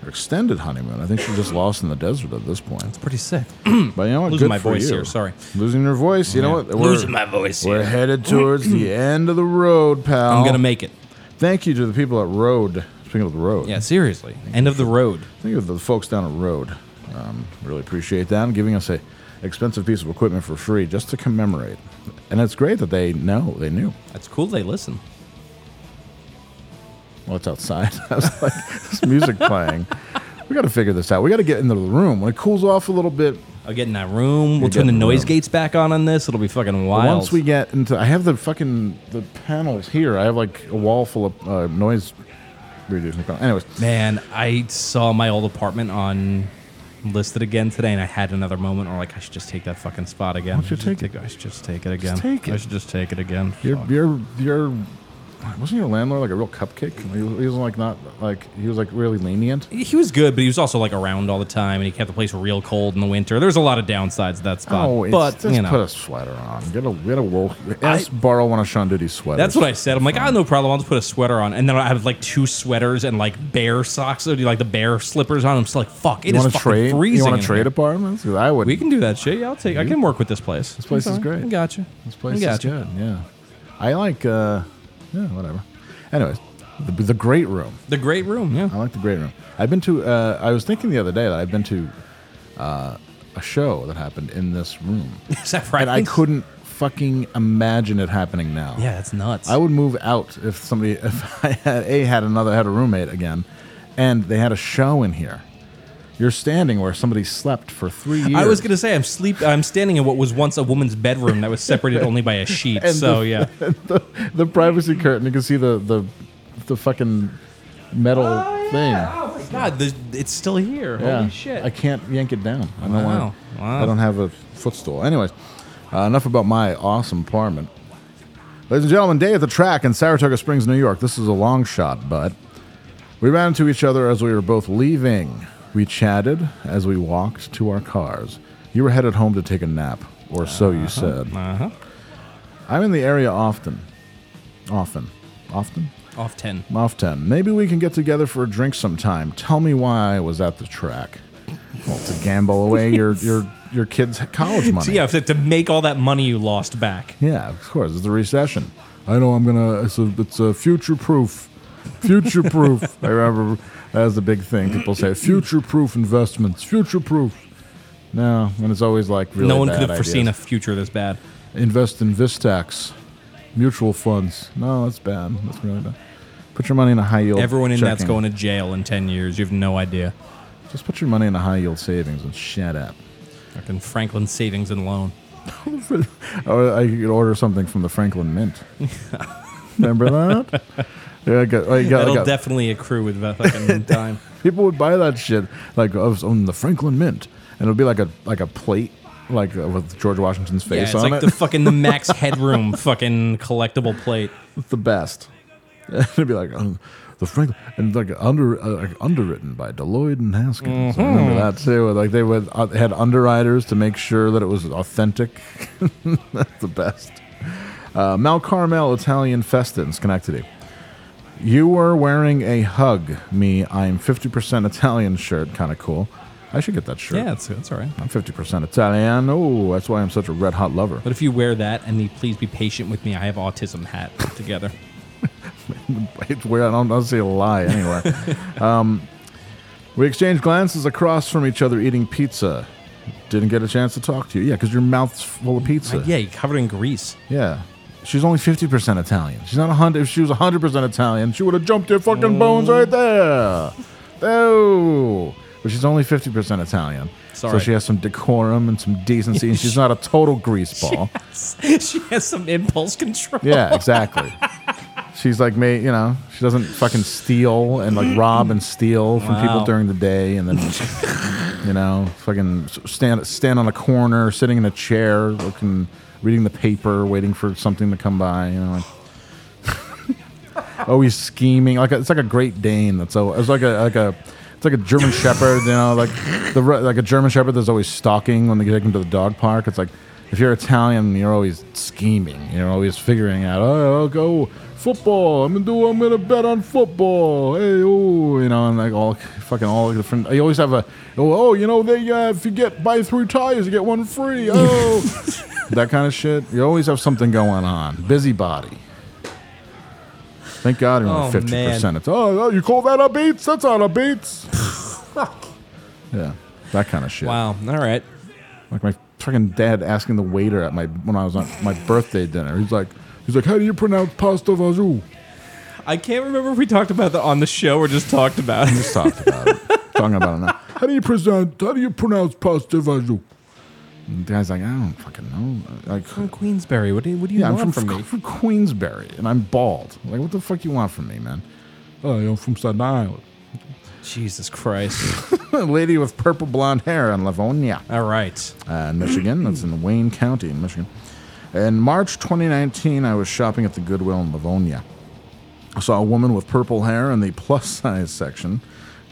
Her extended honeymoon. I think she's just lost in the desert at this point. That's
pretty sick.
but you know what?
Hmm. Losing
Good
my
for
voice
you.
here, sorry.
Losing your voice. You know what?
Losing my voice
We're
here.
headed towards
[clears throat]
the end of the road, pal.
I'm gonna make it.
Thank you to the people at Road. Speaking of the road.
Yeah, seriously. End of the road.
Think of the folks down at Road. Um, really appreciate that and giving us a expensive piece of equipment for free just to commemorate. And it's great that they know they knew.
That's cool. They listen.
Well, it's outside. [laughs] I was like, this music playing. We got to figure this out. We got to get into the room when it cools off a little bit.
I'll get in that room.
You're
We'll turn the
getting
noise
room.
gates back on on this. It'll be fucking
But
wild.
Once we get into, I have the fucking the panels here. I have like a wall full of uh, noise reducing panels. Anyways,
Man, I saw my old apartment on listed again today, and I had another moment where like I should just take that fucking spot again.
Why don't you
I should
take
I should just take it again.
take
I
it.
should just take it again.
your your your wasn't your landlord like a real cupcake? He was, he was like not like he was like really lenient.
He was good, but he was also like around all the time, and he kept the place real cold in the winter. There's a lot of downsides to that spot.
Oh, it's,
but
just
you know,
put a sweater on. Get a get a wool. Ask borrow one of Sean Diddy's sweaters.
That's what I said. I'm like, ah, no problem. I'll just put a sweater on, and then I have like two sweaters and like bear socks, or like the bear slippers on. I'm just like, fuck,
you
it is
wanna
fucking
trade?
freezing.
You want
in
to
here.
trade apartments? 'Cause I would.
We can do that shit. Yeah, I'll take. I can work with this place. This
place is great.
Gotcha.
This place
I
is
gotcha.
good. Yeah, I like. uh Yeah, whatever. Anyways, the, the great room.
The great room. Yeah,
I like the great room. I've been to. Uh, I was thinking the other day that I've been to uh, a show that happened in this room.
Is that right?
And I couldn't fucking imagine it happening now.
Yeah, that's nuts.
I would move out if somebody [laughs] if I had a had another had a roommate again, and they had a show in here. You're standing where somebody slept for three years.
I was gonna say I'm sleep. I'm standing in what was once a woman's bedroom that was separated only by a
[laughs]
sheet.
And
so
the-
yeah,
the, the privacy curtain. You can see the the the fucking metal thing.
Oh my god, the, it's still here.
Yeah.
Holy shit!
I can't yank it down. I don't
Wow.
have-
Wow.
I don't have a footstool. Anyways, uh, enough about my awesome apartment. Ladies and gentlemen, day at the track in Saratoga Springs, New York. This is a long shot, but we ran into each other as we were both leaving. We chatted as we walked to our cars. You were headed home to take a nap, or so you said.
Uh-huh.
I'm in the area often. Often. Often?
Off ten.
Off 10. Maybe we can get together for a drink sometime. Tell me why I was at the track. Well, to gamble
[laughs]
away your, your, your kids' college money.
So yeah, to to make all that money you lost back.
Yeah, of course. It's a recession. I know I'm gonna. It's a, it's a future proof, future proof.
[laughs]
I remember that was the big thing. People say future proof investments, future proof. No, and it's always like really
no one
bad
could have foreseen
ideas.
a future this bad.
Invest in Vistax, mutual funds. No, that's bad. That's really bad. Put your money in a high yield.
Everyone in that's
checking.
going to jail in ten years. You have no idea.
Just put your money in a high yield savings and shut up. [laughs]
Fucking Franklin Savings and Loan.
Or I could order something from the Franklin
[laughs]
Mint. Remember that? Yeah, I got, I got, I
That'll
got-
definitely accrue with
[laughs]
the fucking time.
People would buy that shit like I was on the Franklin Mint, and it'll be like a like a plate like uh, with George Washington's
yeah,
face
it's
on
like
it.
the fucking the
[laughs]
Max Headroom fucking collectible plate.
the best. [laughs] it'd be like um, the Franklin and like under uh, like underwritten by Deloitte and Haskins. I remember
Mhm.
that too. Like they would uh, had underwriters to make sure that it was authentic. [laughs] That's the best. Uh, Mal Carmel Italian Festa in Schenectady. You were wearing a hug me I'm 50% Italian shirt, kind of cool. I should get that shirt.
Yeah, that's, that's all right.
I'm 50% Italian. Oh, that's why I'm such a red hot lover.
But if you wear that and the please be patient with me, I have autism hat together.
It's weird. I don't, I don't see a lie anywhere. um, we exchanged glances across from each other eating pizza. Didn't get a chance to talk to you. Yeah, because your mouth's full of pizza.
yeah, you're covered in grease. [laughs]
Yeah. She's only 50% Italian. She's not 100. If she was 100% Italian, she would have jumped your fucking bones right there. Oh. But she's only 50% Italian. So
Sorry.
she has some decorum and some decency, and she's not a total grease ball.
she has some impulse control.
Yeah, exactly. She's like me, you know. She doesn't fucking steal and like rob and steal from people
Wow.
during the day, and then you know, fucking s- stand stand on a corner, sitting in a chair, looking, reading the paper, waiting for something to come by. You know, like, always scheming. Like a, it's like a Great Dane. That's so it's like a like a. It's like a German Shepherd, you know, like the ru- like a German Shepherd that's always stalking when they take him to the dog park. It's like if you're Italian, you're always scheming. You're always figuring out, oh, I'll go football. I'm gonna do. I'm gonna bet on football. Hey, oh, you know, and like all fucking all different. You always have a, oh, you know, they uh, if you get buy three tires, you get one free. Oh, that kind of shit. You always have something going on. Busybody. Thank God you're
Oh,
only fifty
man.
percent. It's oh, oh, you call that a beats? That's not a
[laughs]
beats. yeah, that kind of shit.
Wow. All right.
Like my freaking dad asking the waiter at my when I was on my birthday dinner. He's like, he's like, how do you pronounce pasta vazou?
I can't remember if we talked about that on the show or just talked about
[laughs]
it. Just
talked about
[laughs]
it. Talking about it now. How do you present? How do you pronounce pasta vazou? And the guy's like, I don't fucking know. Like from
Queensberry. What do you, what do you
yeah,
want
I'm
from
from,
me?
From Queensberry, and I'm bald. Like, what the fuck you want from me, man? Oh, you're from Staten [laughs] Island.
Jesus Christ.
Lady with purple blonde hair in Livonia.
All right.
Uh, in Michigan. That's in Wayne County, in Michigan. In March 2019, I was shopping at the Goodwill in Livonia. I saw a woman with purple hair in the plus size section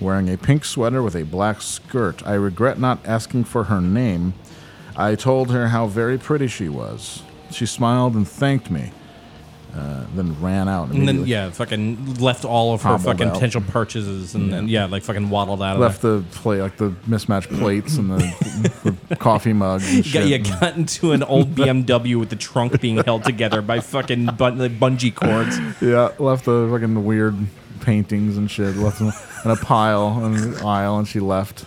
wearing a pink sweater with a black skirt. I regret not asking for her name. I told her how very pretty she was. She smiled and thanked me, uh, then ran out.
And then
immediately.
yeah, fucking left all of her
Hobbled
fucking
out.
potential purchases, and then yeah, like fucking waddled out of
left the plate, like the mismatched plates and the, the coffee mug.
there.
And
You [laughs] got,
shit.
you got into an [laughs] old BMW with the trunk being held together by fucking bun- like bungee cords.
Yeah, left the fucking weird paintings and shit. Left them in a pile in an aisle, and she left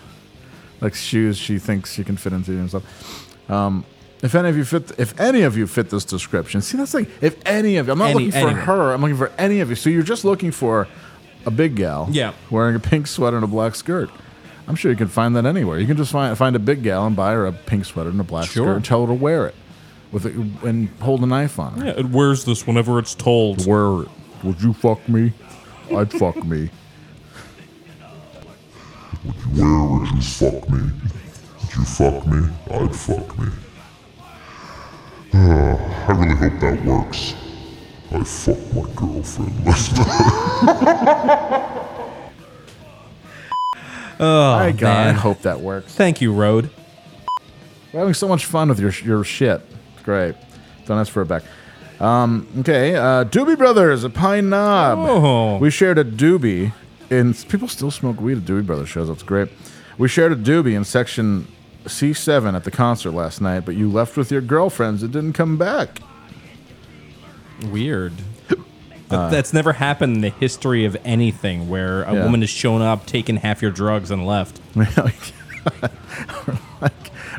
like shoes she thinks she can fit into and stuff. Um, if any of you fit, if any of you fit this description, see that's like if any of you. I'm not
Any-
looking for
anyone.
her. I'm looking for any of you. So you're just looking for a big gal,
Yeah.
wearing a pink sweater and a black skirt. I'm sure you can find that anywhere. You can just find find a big gal and buy her a pink sweater and a black skirt
Sure.
and tell her to wear it with a, and hold a knife on her.
Yeah, it wears this whenever it's told.
Where would you fuck me? I'd fuck me.
Where would you fuck me? Would you fuck me? I'd fuck me. Uh, [sighs] I really hope that works. I fucked my girlfriend last [laughs] night.
[laughs] Oh,
I God,
man.
I hope that works.
Thank you, Road.
We're having so much fun with your your shit. It's great. Don't ask for it back. Um, okay, uh, Doobie Brothers at Pine Knob.
Oh.
We shared a doobie, and s- people still smoke weed at Doobie Brothers shows. That's great. We shared a doobie in section C7 at the concert last night, but you left with your girlfriends and didn't come back.
Weird. That, that's never happened in the history of anything where a
Yeah.
woman has shown up, taken half your drugs, and left.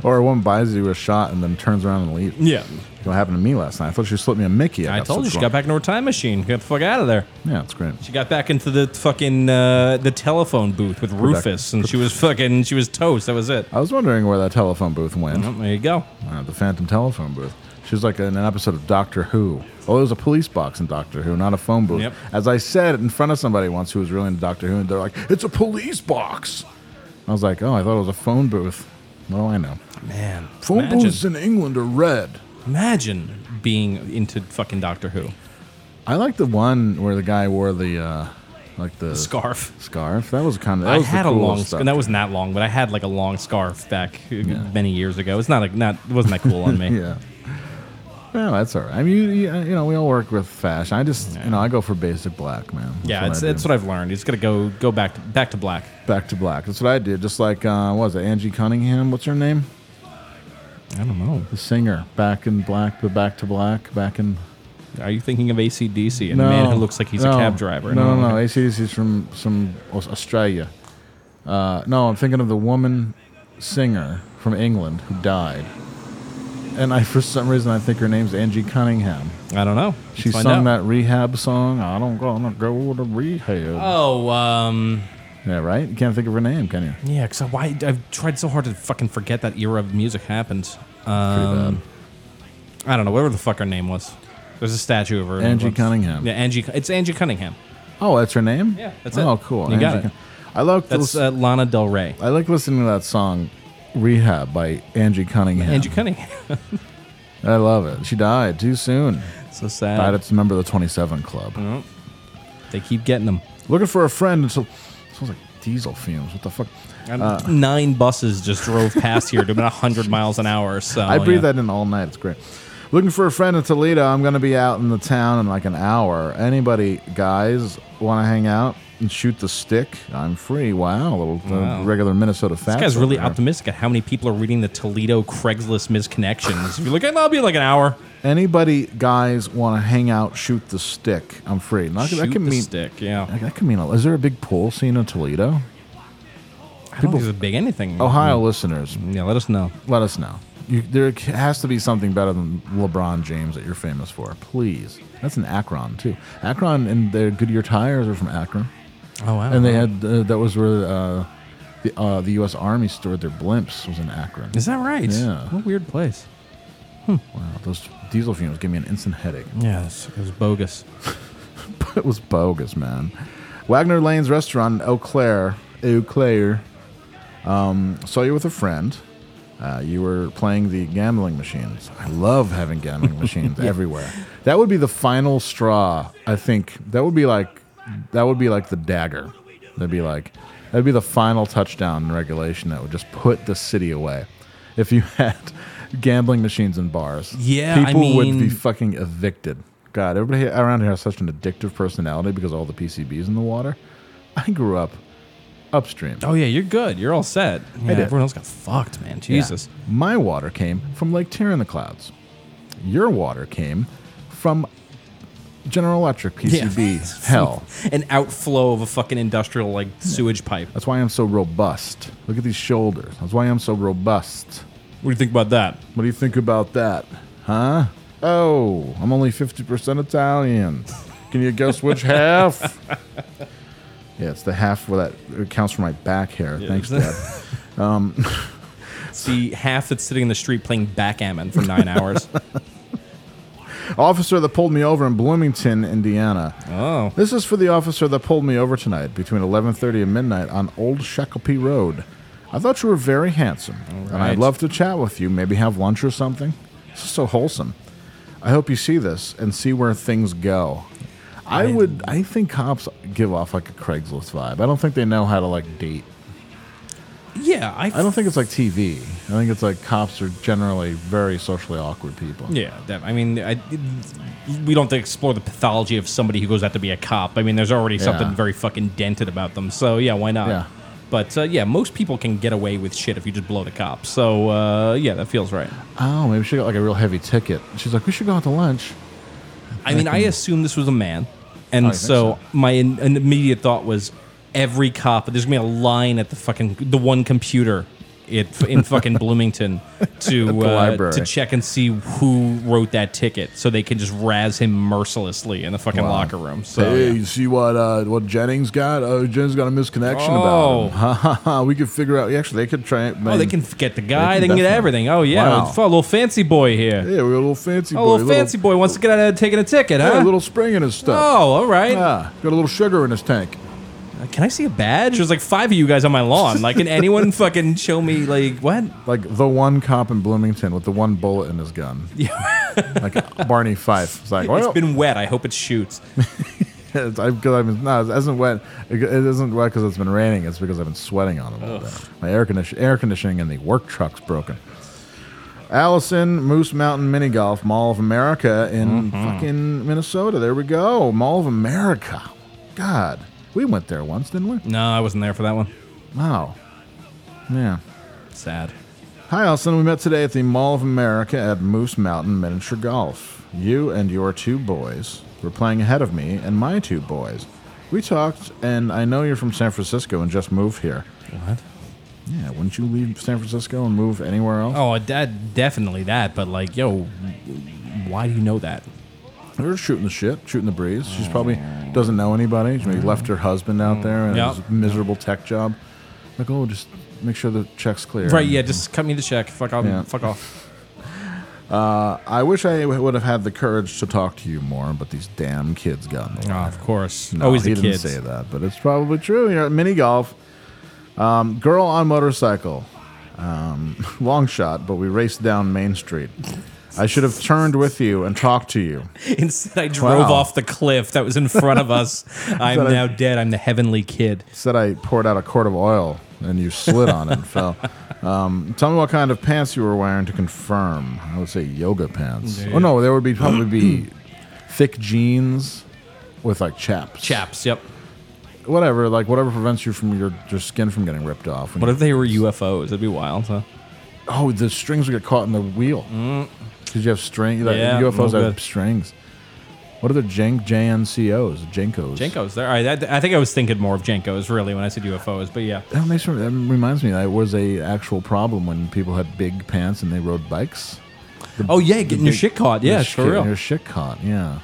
Or a woman buys you a shot and then turns around and leaves.
Yeah.
What happened to me last night? I thought she slipped me a Mickey.
I
got
told you
slipped
she
wrong.
got back into her time machine. Get the fuck out of there.
Yeah, it's great.
She got back into the fucking uh, the telephone booth with Rufus, and she was fucking she was toast. That was it.
I was wondering where that telephone booth went.
Well, there you go.
Uh, the phantom telephone booth. She was like in an episode of Doctor Who. Oh, it was a police box in Doctor Who, not a phone booth.
Yep.
As I said in front of somebody once who was really into Doctor Who, and they're like, it's a police box. I was like, oh, I thought it was a phone booth. What do I know?
Man,
Phone
imagine,
booths in England are red.
Imagine being into fucking Doctor Who.
I like the one where the guy wore the, uh, like the,
scarf.
Scarf. That was kind of. That
I
was the
had a
coolest
long
stuff.
scarf. That was not long, but I had like a long scarf back uh, many years ago. It's not a, not it wasn't that cool on
[laughs]
me.
yeah. Well, that's all right. I mean, you, you, you know, we all work with fashion. I just, you know, I go for basic black, man. That's
Yeah,
what
it's
I do.
that's what I've learned. You just gotta go go back to, back to black.
Back to black. That's what I did. Just like, uh, what was it Angie Cunningham? What's her name?
I don't know.
The singer. Back in black, but back to black. Back in.
Are you thinking of ACDC and the man who looks like he's
no,
a cab driver?
No, no, no. ACDC is from some Aus- Australia. Uh, no, I'm thinking of the woman singer from England who died. And I, for some reason, I think her name's Angie Cunningham.
I don't know.
She
Let's find
sung
out.
that rehab song. I don't gonna go to rehab.
Oh, um,
Yeah, right. You can't think of her name, can you?
yeah. Because why I've tried so hard to fucking forget that era of music happened. Um, I don't know. Whatever the fuck her name was. There's a statue of her. in
Angie
Brooklyn.
Cunningham.
Yeah, Angie. It's Angie Cunningham.
Oh, that's her name. Yeah,
that's
Oh,
it.
cool.
You got it.
Cun- I like
That's uh, Lana Del Rey.
I like listening to that song, "Rehab" by Angie Cunningham.
Angie Cunningham. [laughs]
I love it. She died too soon.
So sad.
Died at a
Mm-hmm.
member of the Twenty Seven Club.
They keep getting them.
Looking for a friend until someone's like, diesel fumes. What the fuck?
And
Uh,
nine buses just drove past here doing 100 miles an hour. So
I breathe
Oh, yeah.
that in all night. It's great. Looking for a friend in Toledo. I'm going to be out in the town in like an hour. Anybody, guys, want to hang out and shoot the stick? I'm free. Wow, a little uh,
Wow.
regular Minnesota fact.
This guy's really optimistic at how many people are reading the Toledo Craigslist misconnections. If you're like, I'll be like an hour.
Anybody, guys, want to hang out, shoot the stick? I'm free. Not, that
Shoot
can
the
mean
stick, yeah.
That, that can mean. Is there a big pool scene in Toledo?
I don't think it's a big anything.
Ohio listeners,
yeah, let us know.
Let us know. You, there has to be something better than LeBron James that you're famous for, please. That's an Akron too. Akron and their Goodyear tires are from Akron.
Oh, wow.
And they had uh, that was where uh, the uh, the U.S. Army stored their blimps was in Akron.
Is that right?
Yeah.
What a weird place.
Wow, those diesel fumes give me an instant headache. [laughs]
Yeah, this- it was bogus.
it was bogus, man. Wagner Lane's restaurant in Eau Claire. Eau Claire. Um, saw you with a friend. Uh, you were playing the gambling machines. I love having
[laughs]
gambling machines
Yeah.
everywhere. That would be the final straw, I think. That would be like that would be like the dagger. That'd be like that'd be the final touchdown in regulation that would just put the city away. If you [laughs] had gambling machines in bars.
Yeah, I
people would be
mean-
fucking evicted. God, everybody around here has such an addictive personality because of all the PCBs in the water. I grew up upstream.
Oh, yeah, you're good. You're all set. Yeah,
did.
Everyone else got fucked, man. Jesus.
Yeah. My water came from Lake Tier in the clouds. Your water came from General Electric
[laughs]
PCB [laughs] hell.
An outflow of a fucking industrial, like, sewage pipe.
That's why I'm so robust. Look at these shoulders. That's why I'm so robust.
What do you think about that?
What do you think about that? Huh? Oh, I'm only 50% Italian. Can you guess which half? Yeah, it's the half where that it counts for my back hair.
Yeah.
Thanks, Dad. um,
It's the half that's sitting in the street playing backgammon
[laughs]
for nine hours.
Officer that pulled me over in Bloomington, Indiana.
Oh.
This is for the officer that pulled me over tonight between 11:30 and midnight on Old Shakopee Road. I thought you were very handsome, and I'd
right.
love to chat with you, maybe have lunch or something. This is so wholesome. I hope you see this and see where things go. I would I think cops give off like a Craigslist vibe. I don't think they know how to like date.
yeah, I.
I don't think it's like TV. I think it's like cops are generally very socially awkward people.
Yeah, that, I mean, I, we don't have to explore the pathology of somebody who goes out to be a cop. I mean, there's already
Yeah.
something very fucking dented about them. So yeah, why not?
Yeah.
But uh, yeah, most people can get away with shit if you just blow the cops. So uh, yeah, that feels right.
Oh, maybe she got like a real heavy ticket. She's like, we should go out to lunch.
I mean, I assumed this was a man, and
I Oh, think
so, my in, an immediate thought was every cop. There's gonna be a line at the fucking the one computer. It,
[laughs]
in fucking Bloomington
At
to
the
uh,
library.
to check and see who wrote that ticket, so they can just razz him mercilessly in the fucking
Wow.
locker room. So
hey,
yeah.
you see what uh, what Jennings got? Oh, Jennings got a misconnection
Oh.
about him. Ha, ha, ha. we could figure out. Actually, they could try.
Oh, they can get the guy. They can, get
definitely-
everything. Oh yeah,
Wow.
Fuck, a little fancy boy here.
Yeah, we got a little fancy
oh,
boy.
A little fancy boy wants to get out of taking a ticket, huh?
yeah, a little spring in his stuff.
Oh, all right.
Yeah, got a little sugar in his tank.
Uh, Can I see a badge? There's like five of you guys on my lawn. Like,
[laughs]
can anyone fucking show me like what?
Like the one cop in Bloomington with the one bullet in his
[laughs]
gun. like Barney Fife. It's like, well,
it's been wet. I hope it shoots.
it's, I, cause I've been, no, it isn't wet. It, it isn't wet because it's been raining. It's because I've been sweating on it a little
Ugh.
bit. My air, condition, air conditioning in the work truck's broken. Allison Moose Mountain Mini Golf Mall of America in fucking Minnesota. There we go. Mall of America. God, we went there once, didn't we?
No, I wasn't there for that one.
Wow. Yeah.
Sad.
Hi, Allison. We met today at the Mall of America at Moose Mountain Miniature Golf. You and your two boys were playing ahead of me and my two boys. We talked, and I know you're from San Francisco and just moved here.
What?
Yeah, wouldn't you leave San Francisco and move anywhere else?
Oh, that definitely that. But like, yo, why do you know that? Oh.
They were shooting the shit, shooting the breeze. She's probably doesn't know anybody. She maybe left her husband
Mm.
out there and
Yep.
his miserable tech job. Like, oh, just make sure the check's clear.
Right? Yeah, just cut me the check. Fuck off.
Yeah.
Fuck off.
Uh, I wish I w- would have had the courage to talk to you more, but these damn kids got in the way.
Oh, of course.
Ah, No,
Always
he
the
didn't
kids.
say that, but it's probably true. You're at mini golf. Um, [laughs] girl on motorcycle. Um, long shot, but we raced down Main Street. I should have turned with you and talked to you.
[laughs] Instead, I drove
Wow.
off the cliff that was in front
[laughs]
of us. I'm
Said I-
now dead. I'm the heavenly kid.
Said I poured out a quart of oil and you slid on
[laughs]
it and fell. Um, tell me what kind of pants you were wearing to confirm. I would say yoga pants.
Yeah.
Oh no, there would be probably be [clears throat] thick jeans with like chaps.
Chaps. Yep.
Whatever, like whatever prevents you from your, your skin from getting ripped off.
What if they were UFOs? That'd be wild, huh?
Oh, the strings would get caught in the wheel. Because you have string. Like,
Mm. Yeah,
UFOs
no
have
good.
strings. What are the jank JNCOs? Jankos.
Jenkos. There. All right, that- I think I was thinking more of Jenkos really when I said UFOs, but yeah.
That makes me, that reminds me that it was a actual problem when people had big pants and they rode bikes. The-
Oh, yeah, getting
the
your shit caught. Yeah,
your
for
shit-
real.
Your shit caught. Yeah.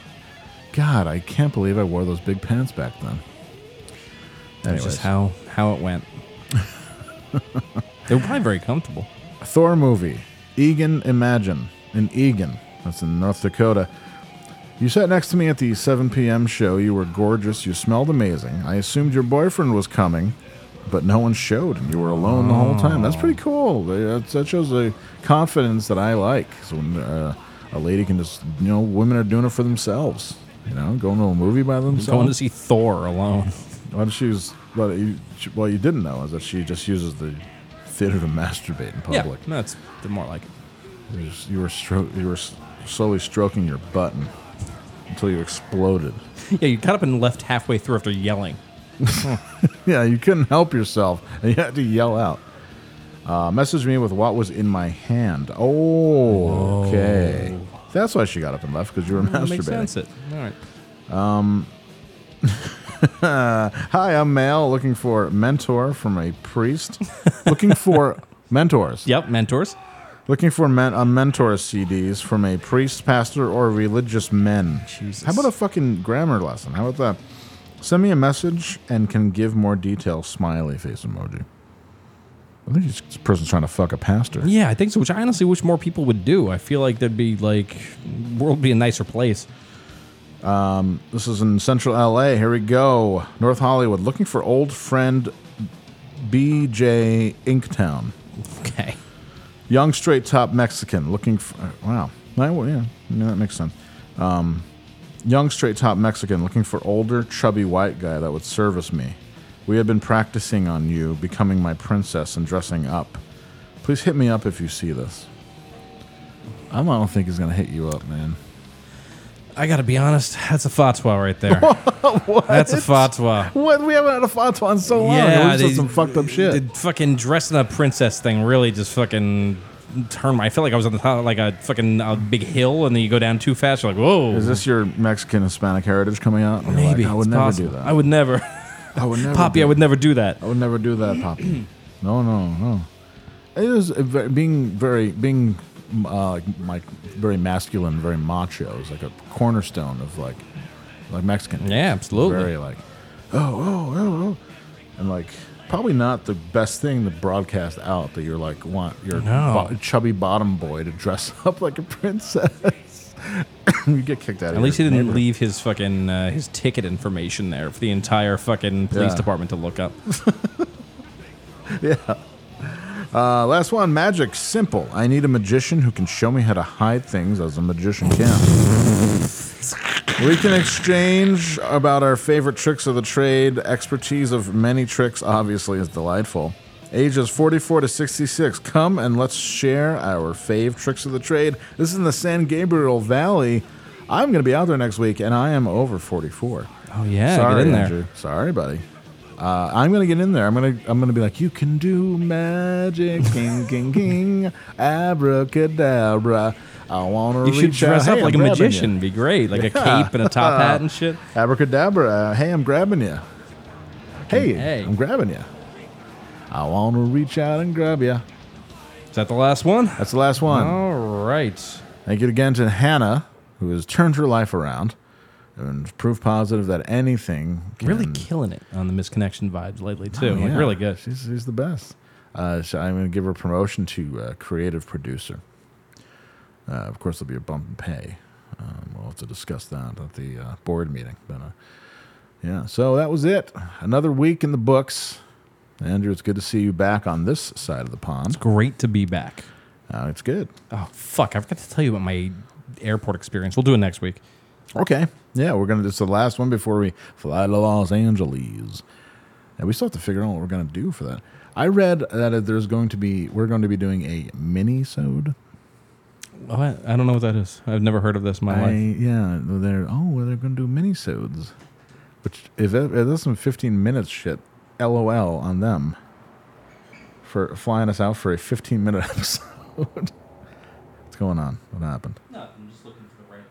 God, I can't believe I wore those big pants back then.
That's just
Anyways.
how how
[laughs]
it went. they were probably very comfortable.
Thor movie, Egan Imagine in Egan. That's in North Dakota. You sat next to me at the 7 p.m. show. You were gorgeous. You smelled amazing. I assumed your boyfriend was coming, but no one showed, and you were alone the whole time. That's pretty cool. They- That that shows a confidence that I like. So when uh, a lady can just, you know, women are doing it for themselves. You know, going to a movie by themselves.
Going to see Thor alone.
Well, she was. Well, you, she, well, you didn't know is that she just uses the theater to masturbate in
Yeah,
public.
that's the more like it.
You were- You were stro- you were s- slowly stroking your button until you exploded. [laughs]
Yeah, you got up and left halfway through after yelling.
yeah, you couldn't help yourself, and you had to yell out. Uh, message me with what was in my hand. Oh, okay. That's why she got up and left because you were
[laughs] That
masturbating.
makes sense. It. All right.
Um, hi, I'm Mal, looking for mentor from a
[laughs]
priest. looking for mentors.
Yep, mentors.
Looking for men, a mentor CDs from a priest, pastor, or religious men. Jesus. How about a fucking grammar lesson? How about that? Send me a message and can give more detail. Smiley face emoji. I think this person's trying to fuck a pastor.
Yeah, I think so. Which I honestly wish more people would do. I feel like there'd be like world would be a nicer place.
Um, this is in central LA. Here we go. North Hollywood. Looking for old friend BJ Inktown.
Okay.
Young straight top Mexican. Looking for. uh, Wow. I- well, yeah, yeah, that makes sense. Um, young straight top Mexican. Looking for older chubby white guy that would service me. We had been practicing on you, becoming my princess and dressing up. Please hit me up if you see this. I don't think he's going to hit you up, man.
I gotta be honest. That's a fatwa right
[laughs]
there. That's a fatwa.
What? We haven't had a fatwa in so long. we just had some fucked up shit.
The fucking dressing up princess thing really just fucking turned. My, I felt like I was on the top of like a fucking a big hill, and then you go down too fast. You're like, whoa.
Is this your Mexican Hispanic heritage coming out? And you're
Maybe
like, I would
It's
never
possible.
do that.
I would never.
I would never.
[laughs] Poppy,
do Oh,
I would never do that.
I would never do that, Poppy. [clears throat] no, no, no. It is a ve- being very being uh, like very masculine, very macho is like a cornerstone of like like Mexican.
Yeah, absolutely.
Very like oh oh oh oh, and like probably not the best thing to broadcast out that you're like want your
No.
bo- chubby bottom boy to dress [laughs] up like a princess. [coughs] you get kicked out. of
At least he
your
didn't
neighborhood.
leave his fucking uh, his ticket information there for the entire fucking police
Yeah.
department to
[laughs]
look up.
yeah. Uh, last one, magic. Simple. I need a magician who can show me how to hide things as a magician can. we can exchange about our favorite tricks of the trade. Expertise of many tricks, obviously, is delightful. Ages 44 to 66. Come and let's share our fave tricks of the trade. This is in the San Gabriel Valley. I'm going to be out there next week, and I am over 44.
Oh yeah,
Sorry,
get in there.
Andrew. Sorry, buddy. Uh, I'm gonna get in there. I'm gonna I'm gonna be like, you can do
[laughs]
magic, king, king, king, abracadabra. I wanna.
You should
reach out.
dress up
Hey,
like
I'm
a
grabbing
magician.
ya.
Be great, like a cape and a
[laughs]
top hat and shit.
Abracadabra. Hey, I'm grabbing you. Hey,
Hey.
I'm grabbing you. I wanna reach out and grab you.
Is that the last one?
That's the last one.
All right.
Thank you again to Hannah, who has turned her life around and proved positive that anything can
Really killing it on the misconnection vibes lately too.
Oh,
Like
yeah.
really good.
She's, she's the best. Uh, so I'm going to give her promotion to uh, creative producer. Uh, of course, there'll be a bump in pay. Um, we'll have to discuss that at the uh, board meeting. But uh, yeah, so that was it. Another week in the books. Andrew, it's good to see you back on this side of the pond. It's
great to be back.
Uh, it's good.
Oh fuck! I forgot to tell you about my airport experience. We'll do it next week.
Okay. Yeah, we're gonna. It's the last one before we fly to Los Angeles, and we still have to figure out what we're gonna do for that. I read that there's going to be we're going to be doing a mini sode.
Oh, I, I don't know what that is. I've never heard of this in my
I,
life.
yeah, they're oh, well, they're going to do minisodes, which if that, if that's some fifteen minutes shit, lol on them for flying us out for a fifteen minute [laughs] episode. What's going on? What happened?
No, I'm just looking for the right.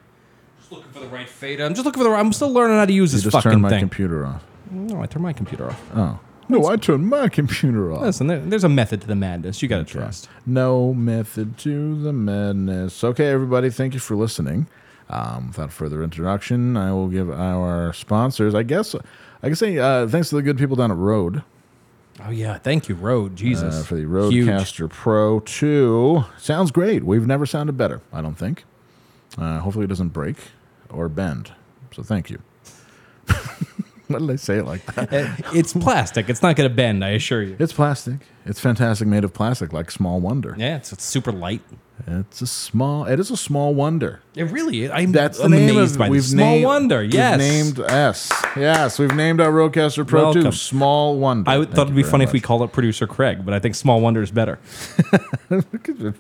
Just looking for the right fader. I'm just looking for the. I'm still learning how to use
You
this
just
fucking
turned my
thing.
computer off.
no, I turned my computer off.
Oh no, I turned my computer off.
Listen, there, there's a method to the madness. You got to trust.
No method to the madness. Okay, everybody, thank you for listening. Um, without further introduction, I will give our sponsors. I guess I can say uh, thanks to the good people down at Road.
Oh yeah, thank you, Road Jesus,
uh, for the
Huge. [laughs]
Roadcaster Pro 2. Sounds great. We've never sounded better, I don't think. Uh, hopefully, it doesn't break or bend. So, thank you. [laughs] Why did I say it
[laughs]
like that?
Eh, It's plastic. It's not going to bend. I assure
[laughs]
you.
It's plastic. It's fantastic, made of plastic, like Small Wonder.
Yeah, it's, it's super light.
It's a small. It is a small wonder.
It really is. I'm,
That's the
I'm
name
amazed
of,
by
we've
this. Small
named-
wonder.
we've
Yes.
named S. Yes, we've named our Roadcaster Pro
Welcome.
2 Small Wonder.
I would-
Thank
thought it'd
you
be
very
funny if we
much.
called it producer Craig, but I think Small Wonder is [laughs] better.
[laughs]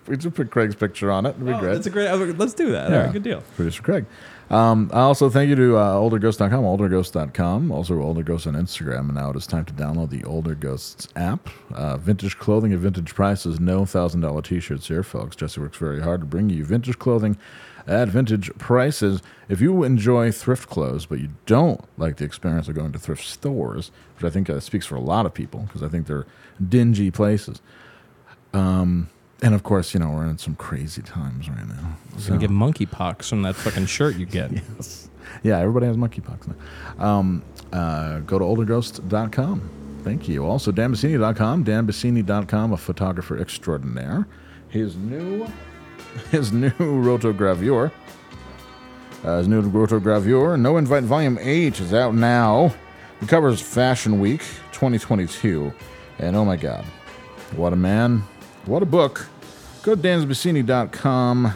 we just put Craig's picture on it. It'd be
Oh,
great.
That's a great. Let's do that. All right, good deal.
Producer Craig. Um, I also thank you to uh, olderghost.com, olderghost.com, also Older Ghosts on Instagram. And now it is time to download the Older Ghosts app. Uh, vintage clothing at vintage prices. No $1,000 t shirts here, folks. Jesse works very hard to bring you vintage clothing at vintage prices. If you enjoy thrift clothes, but you don't like the experience of going to thrift stores, which I think uh, speaks for a lot of people because I think they're dingy places. Um, and of course, you know, we're in some crazy times right now.
You're gonna get monkeypox from that fucking shirt you get.
Yeah, everybody has monkeypox now. Um, uh, go to olderghost.com. Thank you. Also, danbassini.com, danbassini.com, a photographer extraordinaire. His new, [laughs] his new rotogravure, uh, his new rotogravure, No Invite Volume 8 is out now. It covers Fashion Week 2022. And oh my God, what a man, what a book. Go to danbassini.com,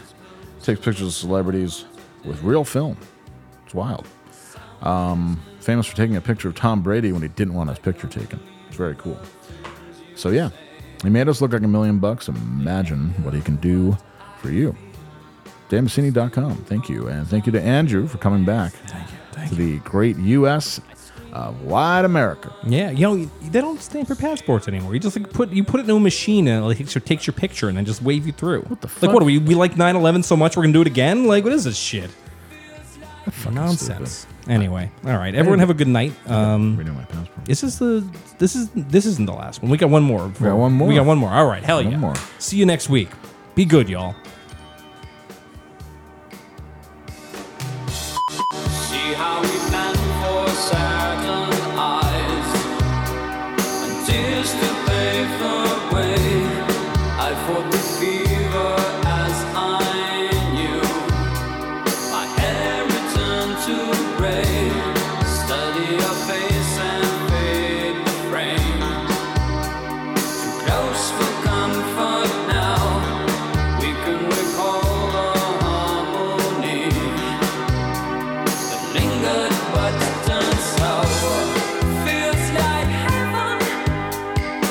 takes pictures of celebrities with real film. It's wild. Um, famous for taking a picture of Tom Brady when he didn't want his picture taken. It's very cool. So yeah, he made us look like a million bucks. Imagine what he can do for you. DanBassini.com. Thank you, and thank you to Andrew for coming back to the great U.S. of wide America.
Yeah, you know they don't stamp your passports anymore. You just like put you put it in a machine and it like, takes your- takes your picture and then just wave you through. What the fuck? Like what? Are we we like 9/11 so much we're gonna do it again? Like what is this shit? Nonsense. Anyway, all right. Everyone have a good night. Um,
Renew my passport.
Is this the this is this isn't the last one? We got one more. We
got one more.
We got one more. All right. Hell
One
yeah.
more.
See you next week. Be good, y'all.
See how we bend for second eyes and tears to pave the way. I fought the fever as I knew. My hair returned to gray. Study your face and fade the frame. Too close for comfort now. We can recall the harmony lingered but done so. Feels like heaven.